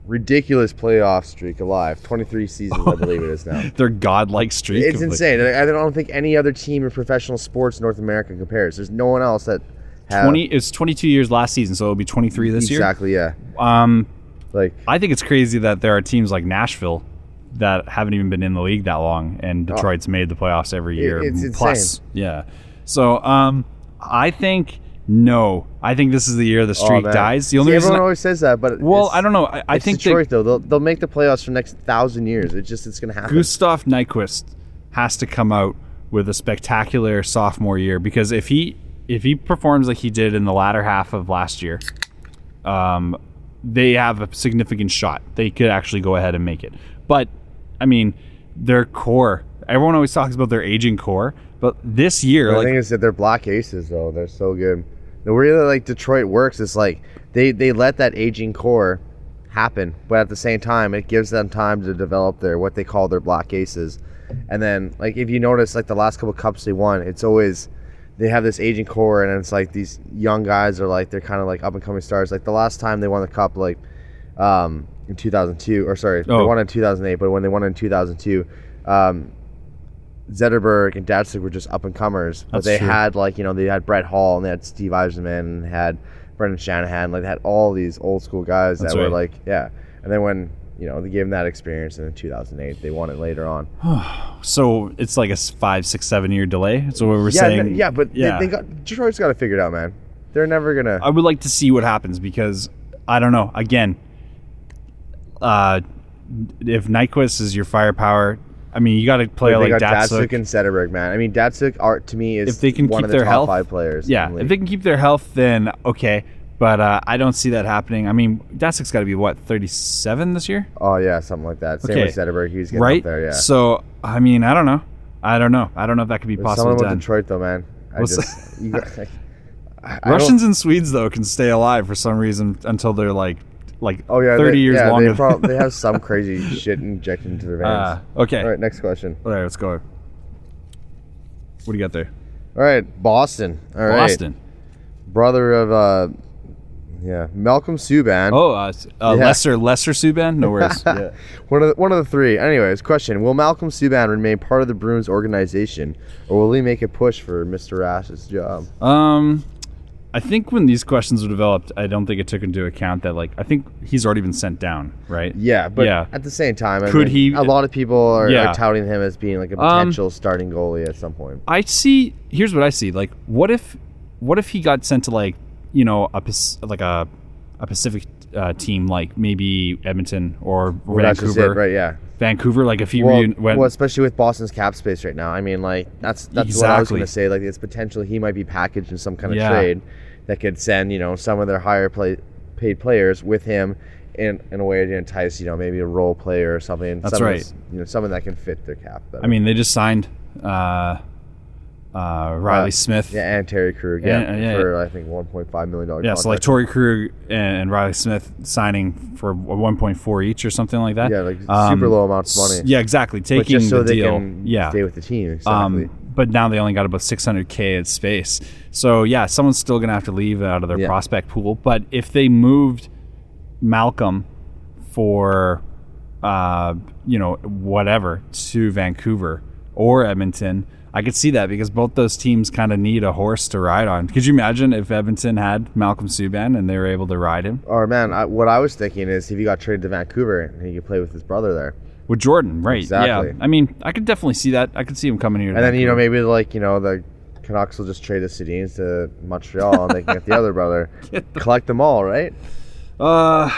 B: ridiculous playoff streak alive? Twenty-three seasons,
A: [laughs]
B: I believe it is now.
A: Their godlike streak.
B: It's
A: of, like,
B: insane. I I don't think any other team in professional sports in North America compares. There's no one else that have
A: Twenty. It's 22 years last season, so it'll be 23 this
B: exactly. Yeah,
A: year. Um,
B: like
A: I think it's crazy that there are teams like Nashville that haven't even been in the league that long, and Detroit's made the playoffs every year.
B: Oh. it's
A: plus, yeah. So, um, I think no. I think this is the year the
B: oh,
A: streak
B: man.
A: dies. The only
B: See,
A: reason,
B: everyone
A: I,
B: always says that, but
A: well,
B: it's-
A: I don't know. I, I
B: it's
A: think
B: Detroit though they'll they'll make the playoffs for the next thousand years. It's just it's gonna
A: that
B: happen.
A: Gustav Nyquist has to come out with a spectacular sophomore year because if he if he performs like he did in the latter half of last year, um, they have a significant shot. They could actually go ahead and make it. But I mean, their core. Everyone always talks about their aging core, but this year,
B: The
A: like
B: thing is that they're black aces though. They're so good. The way that like Detroit works is like they they let that aging core happen, but at the same time it gives them time to develop their what they call their black aces. And then like if you notice like the last couple cups they won, it's always they have this aging core and it's like these young guys are like they're kind of like up and coming stars. Like the last time they won the cup like um in 2002 or sorry, they
A: Oh.
B: won in 2008, but when they won in 2002 um Zetterberg and Datsuk were just up and comers, but
A: That's
B: they
A: true.
B: had like you know they had Brett Hall and they had Steve Eisenman and they had Brendan Shanahan, like they had all these old school guys
A: That's
B: that were
A: right.
B: like yeah. And then when you know they gave them that experience in 2008, they won it later on.
A: so it's like a s- five, six, seven year delay. So what we're
B: yeah,
A: saying,
B: th- yeah, but
A: yeah.
B: They, they got Detroit's got it figured out, man. They're never gonna.
A: I would like to see what happens because I don't know. Again, uh, if Nyquist is your firepower, I mean, you got to play
B: they
A: like
B: got Datsuk.
A: Datsuk.
B: and Zetterberg, man. I mean, Datsuk art to me is
A: If they can
B: one
A: keep
B: of the
A: their
B: top
A: health-
B: five players. in
A: Yeah,
B: the
A: if
B: league.
A: they can keep their health, then okay. But uh, I don't see that happening. I mean, Datsuk's got to be what thirty-seven this year,
B: oh yeah, something like that. Same
A: Okay.
B: with Zetterberg, he's getting
A: right?
B: up there. Yeah,
A: So I mean, I don't know. I don't know. I don't know if that could be
B: There's
A: possibly
B: someone
A: done.
B: with Detroit though, man. I
A: What's
B: just
A: [laughs]
B: you got, I- I don't-
A: Russians and Swedes though can stay alive for some reason until they're like, like
B: Oh yeah,
A: thirty
B: they,
A: years
B: yeah,
A: longer.
B: They,
A: than-
B: prob- they have some crazy shit injected into their veins.
A: [laughs] Uh, okay.
B: All right, next question.
A: All right, Oh, let's go. What do you got there?
B: All right, Boston. All right,
A: Boston.
B: brother of uh, yeah, Malcolm Subban.
A: Oh, uh, s- uh,
B: Yeah.
A: lesser lesser Subban. No
B: [laughs]
A: worries. yeah.
B: One of the, one of the three. Anyways, question: Will Malcolm Subban remain part of the Bruins organization, or will he make a push for Mr. Ash's job?
A: Um, I think when these questions were developed, I don't think it took into account that like I think he's already been sent down, right?
B: Yeah, but
A: Yeah.
B: at the same time, I
A: Could he-
B: mean, A lot of people are, are
A: Yeah.
B: touting him as being like a
A: Um,
B: potential starting goalie at some point.
A: I see. Here's what I see. Like, what if, what if he got sent to like, you know, a Pac- like a, a Pacific uh, team, like maybe Edmonton or
B: That's just it,
A: Vancouver.
B: right? Yeah.
A: Vancouver. Like, if he
B: Well,
A: reun- went,
B: well, especially with Boston's cap space right now. I mean, like that's that's what I was
A: Exactly.
B: going to say. Like it's potential he might be packaged in some kind of
A: Yeah.
B: trade that could send you know some of their higher play, paid players with him in, in a way to entice, you know, maybe a role player or something.
A: That's
B: someone
A: right.
B: that's- You know, someone that can fit their cap. Better.
A: I mean, they just signed uh, uh, Riley
B: Uh,
A: Smith.
B: yeah, and Terry Krug, yeah,
A: Yeah, yeah,
B: for I think 1.5 million dollars.
A: Yeah, so like Tory Krug and Riley Smith signing for 1.4 each or something like that.
B: Yeah, like super
A: Um,
B: low amounts of
A: s-
B: money.
A: Yeah, exactly.
B: but
A: Taking
B: just so
A: the
B: they
A: deal.
B: can
A: yeah.
B: stay with the team. Exactly.
A: Um, but now they only got about 600k at space. So yeah, someone's still gonna have to leave out of their
B: Yeah.
A: prospect pool. But if they moved Malcolm for uh, you know whatever to Vancouver or Edmonton, I could see that because both those teams kind of need a horse to ride on. Could you imagine if Edmonton had Malcolm Subban and they were able to ride him
B: or man, I, what I was thinking is if he got traded to Vancouver and he could play with his brother there,
A: with Jordan? Right? Yeah.
B: Exactly.
A: I mean, I could definitely see that. I could see him coming here. to
B: and then you know
A: Vancouver.
B: maybe like you know the Canucks will just trade the Sedins to Montreal and they can get the
A: [laughs]
B: other brother, collect them all, right?
A: Uh,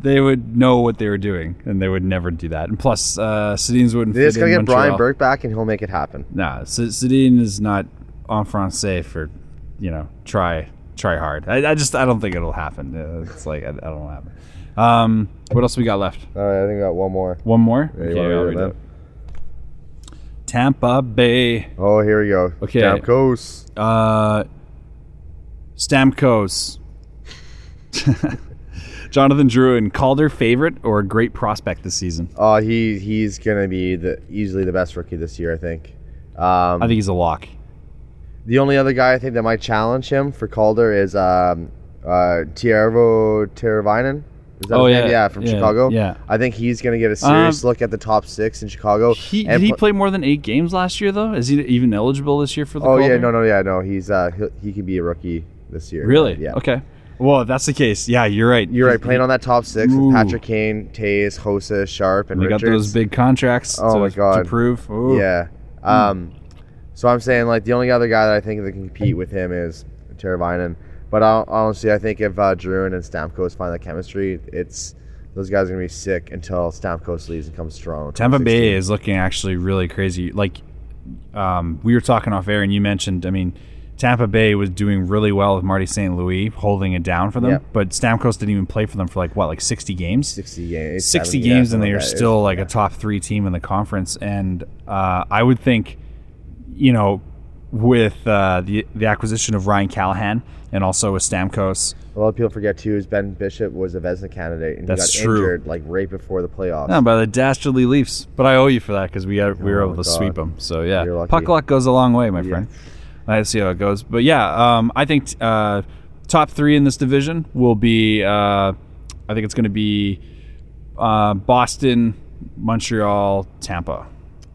A: they would know what they were doing, and they would never do that. And plus, uh, Sedin's wouldn't.
B: They just
A: fit
B: gotta
A: in
B: get Brian
A: Montreal.
B: Burke back and he'll make it happen.
A: Nah, Se- Sedin is not en français for, you know, try try hard. I, I just I don't think it'll happen. Uh, It's like I, I don't know what happened. Um, what else we got left?
B: All right, I think we got one more.
A: One more.
B: Yeah, you wanna
A: I'll
B: read it
A: read
B: then?
A: it. Tampa Bay.
B: Oh, here we go.
A: Okay.
B: Stamkos.
A: Uh, Stamkos. [laughs] Jonathan Druin, Calder favorite or a great prospect this season?
B: Oh, he he's gonna be the easily the best rookie this year, I think. Um,
A: I think he's a lock.
B: The only other guy I think that might challenge him for Calder is um, uh, Tiervo Teravainen. Is that
A: Oh,
B: his
A: yeah,
B: name? yeah, from
A: yeah,
B: Chicago.
A: yeah.
B: I think he's going to get a serious
A: Um,
B: look at the top six in Chicago.
A: He,
B: and
A: did he
B: pl-
A: play more than eight games last year, though? Is he even eligible this year for the
B: oh yeah,
A: Calder?
B: no, no, yeah, no. He's uh, he'll, he could be a rookie this year.
A: Really?
B: Yeah.
A: Okay. Well, if that's the case, yeah, you're right.
B: You're right. Playing on that top six
A: Ooh.
B: with Patrick Kane, Tays, Hossa, Sharp, and
A: They got
B: Richards.
A: those big contracts
B: Oh
A: to,
B: my
A: to
B: God.
A: prove. Ooh. Hmm.
B: Yeah. Um, so I'm saying like the only other guy that I think that can compete with him is Teravainen. But I, honestly, I think if uh, Druin and Stamkos find the chemistry, it's those guys are gonna be sick until Stamkos leaves and comes strong.
A: Tampa Bay is looking actually really crazy. Like, um, we were talking off air, and you mentioned, I mean, Tampa Bay was doing really well with Marty St. Louis holding it down for them,
B: Yeah.
A: but Stamkos didn't even play for them for like what, like 60 games?
B: sixty games.
A: 60
B: 70, yeah,
A: games and
B: something
A: they are
B: like that.
A: still like a top three team in the conference and uh, i would think you know with uh, the the acquisition of ryan callahan and also with stamkos
B: A lot of people forget too is Ben Bishop was a Vesna candidate and
A: That's
B: he got
A: true.
B: injured like right before the playoffs.
A: no, uh, by the dastardly leafs but i owe you for that because we, we were
B: Oh
A: able to
B: my
A: sweep
B: God.
A: them so yeah
B: You're lucky.
A: puck luck goes a long way my friend let's see how it goes but yeah um, i think uh, top three in this division will be uh, i think it's going to be uh, boston montreal tampa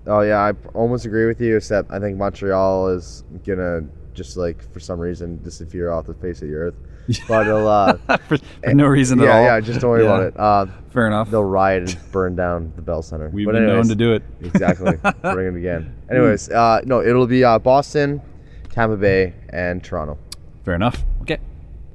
B: Oh yeah, I almost agree with you. Except I think Montreal is gonna just like for some reason disappear off the face of
A: [laughs]
B: the earth. But it'll, uh,
A: for, for no reason at
B: yeah,
A: all
B: yeah, just don't worry
A: Yeah.
B: about it. Uh,
A: Fair enough.
B: they'll riot and burn down the Bell Center.
A: We've
B: But
A: been known
B: anyways,
A: to do it. [laughs]
B: exactly. Bring it again. Anyways, uh, no, it'll be uh, Boston, Tampa Bay, and Toronto.
A: Fair enough. Okay.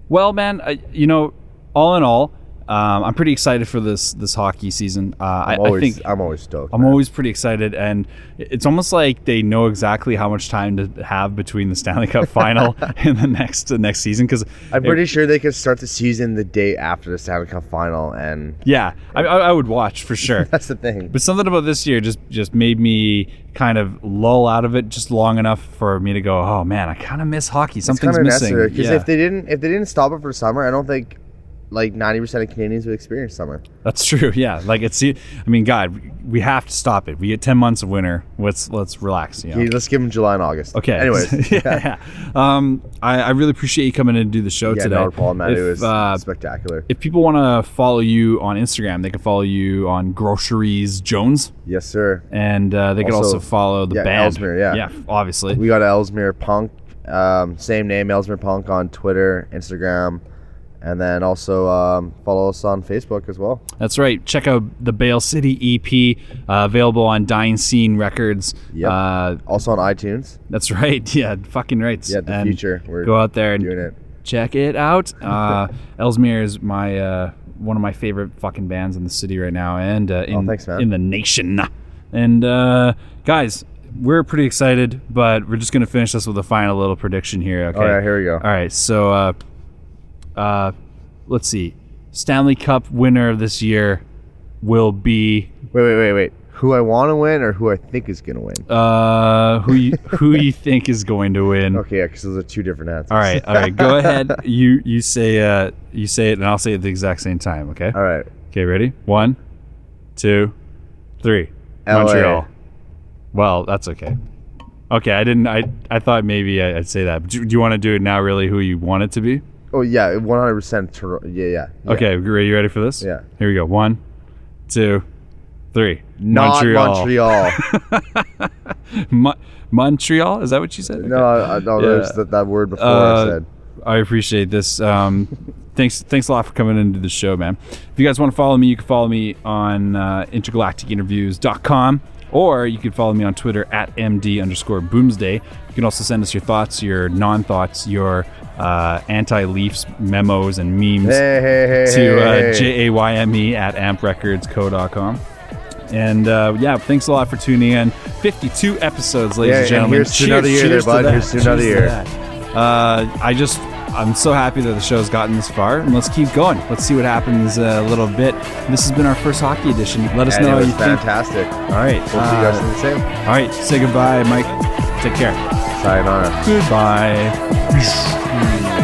A: Well, man, I, you know, all in all, um, I'm pretty excited for this this hockey season. Uh, I,
B: I'm
A: I
B: always,
A: think
B: I'm always stoked.
A: I'm
B: man.
A: always pretty excited, and it's almost like they know exactly how much time to have between the Stanley Cup final
B: [laughs]
A: and the next the next season. Because
B: I'm pretty sure they could start the season the day after the Stanley Cup final, and [laughs]
A: yeah, I, I I would watch for sure.
B: that's the thing.
A: But something about this year just just made me kind of lull out of it just long enough for me to go, oh man, I kind of miss hockey. Something's missing.
B: because
A: Yeah.
B: if they didn't if they didn't stop it for summer, I don't think like ninety percent of Canadians would experience summer.
A: That's true. [laughs] Yeah, like it's. I mean, God, we have to stop it. We get ten months of winter. Let's let's relax. You know?
B: Okay, let's give them July and August.
A: Okay. [laughs]
B: Anyways,
A: yeah. yeah. Um, I, I really appreciate you coming in to do the show
B: yeah,
A: today.
B: no, Paul and Matt,
A: if,
B: it was
A: uh,
B: spectacular.
A: if people want to follow you on Instagram, they can follow you on Groceries Jones,
B: Yes, sir.
A: and uh, they can
B: Also-
A: also follow the
B: yeah,
A: band.
B: Ellesmere, yeah.
A: yeah, obviously.
B: We got Ellesmere Punk, um, same name, Ellesmere Punk on Twitter, Instagram, and then also um, follow us on Facebook as well.
A: That's right. Check out the Bale City EP, uh, available on Dying Scene Records.
B: Yep.
A: Uh,
B: Also on iTunes.
A: that's [laughs] right. Yeah, fucking right.
B: Yeah, the
A: And
B: future. We're
A: Go out there and
B: doing it.
A: check it
B: [laughs]
A: out. Uh, Ellesmere is my uh, one of my favorite fucking bands in the city right now, and uh, in,
B: Oh, thanks, man.
A: in the nation. And uh, guys, we're pretty excited, but we're just gonna finish this with a final
B: Oh,
A: little prediction here. Okay.
B: All right, here we go.
A: All right, so uh, uh, let's see. Stanley Cup winner of this year will be
B: Wait, wait, wait, wait. Who I want to win or who I think is gonna win?
A: uh, who you, who
B: [laughs]
A: you think is going to win.
B: Okay, yeah, because those are two different answers.
A: All right, all right. Go ahead. You you say uh you say it, and I'll say it at the exact same time. Okay.
B: All right.
A: Okay. Ready? One, two, three.
B: LA.
A: Montreal. Well, that's okay. Okay, I didn't. I I thought maybe I- I'd say that. Do, do you want to do it now? Really, who you want it to be?
B: Oh yeah, one hundred percent. Toronto. Yeah, yeah. yeah.
A: Okay, are you ready for this?
B: Yeah.
A: Here we go. One, two, three.
B: Not Montreal.
A: Mo- Montreal. Is that what you said?
B: no, I, I- no. There's
A: [laughs] Yeah.
B: that, that word before I
A: Uh,
B: said.
A: I appreciate this. Um, [laughs] thanks, thanks a lot for coming into the show, man. If you guys want to follow me, you can follow me on uh, intergalacticinterviews.com or you can follow me on Twitter at MD underscore Boomsday. You can also send us your thoughts, your non thoughts, your uh, anti Leafs memos and memes
B: Hey, hey,
A: to
B: hey, hey,
A: uh,
B: hey.
A: J-A-Y-M-E E at amprecordsco.com. And uh, yeah, thanks a lot for tuning in. 52 episodes, ladies
B: Yeah,
A: and
B: and
A: gentlemen.
B: here's to another year there,
A: cheers
B: bud.
A: that.
B: Here's to another
A: Cheers
B: year.
A: that. Uh, I just, I'm so happy that the show's gotten this far, and let's keep going. Let's see what happens uh, a little bit. This has been our first hockey edition. Let us
B: And
A: know
B: it
A: how
B: was
A: you think.
B: fantastic.
A: All right,
B: We'll see you guys
A: uh,
B: in the same.
A: all right. Say goodbye, Mike. Take care.
B: Sayonara.
A: Goodbye.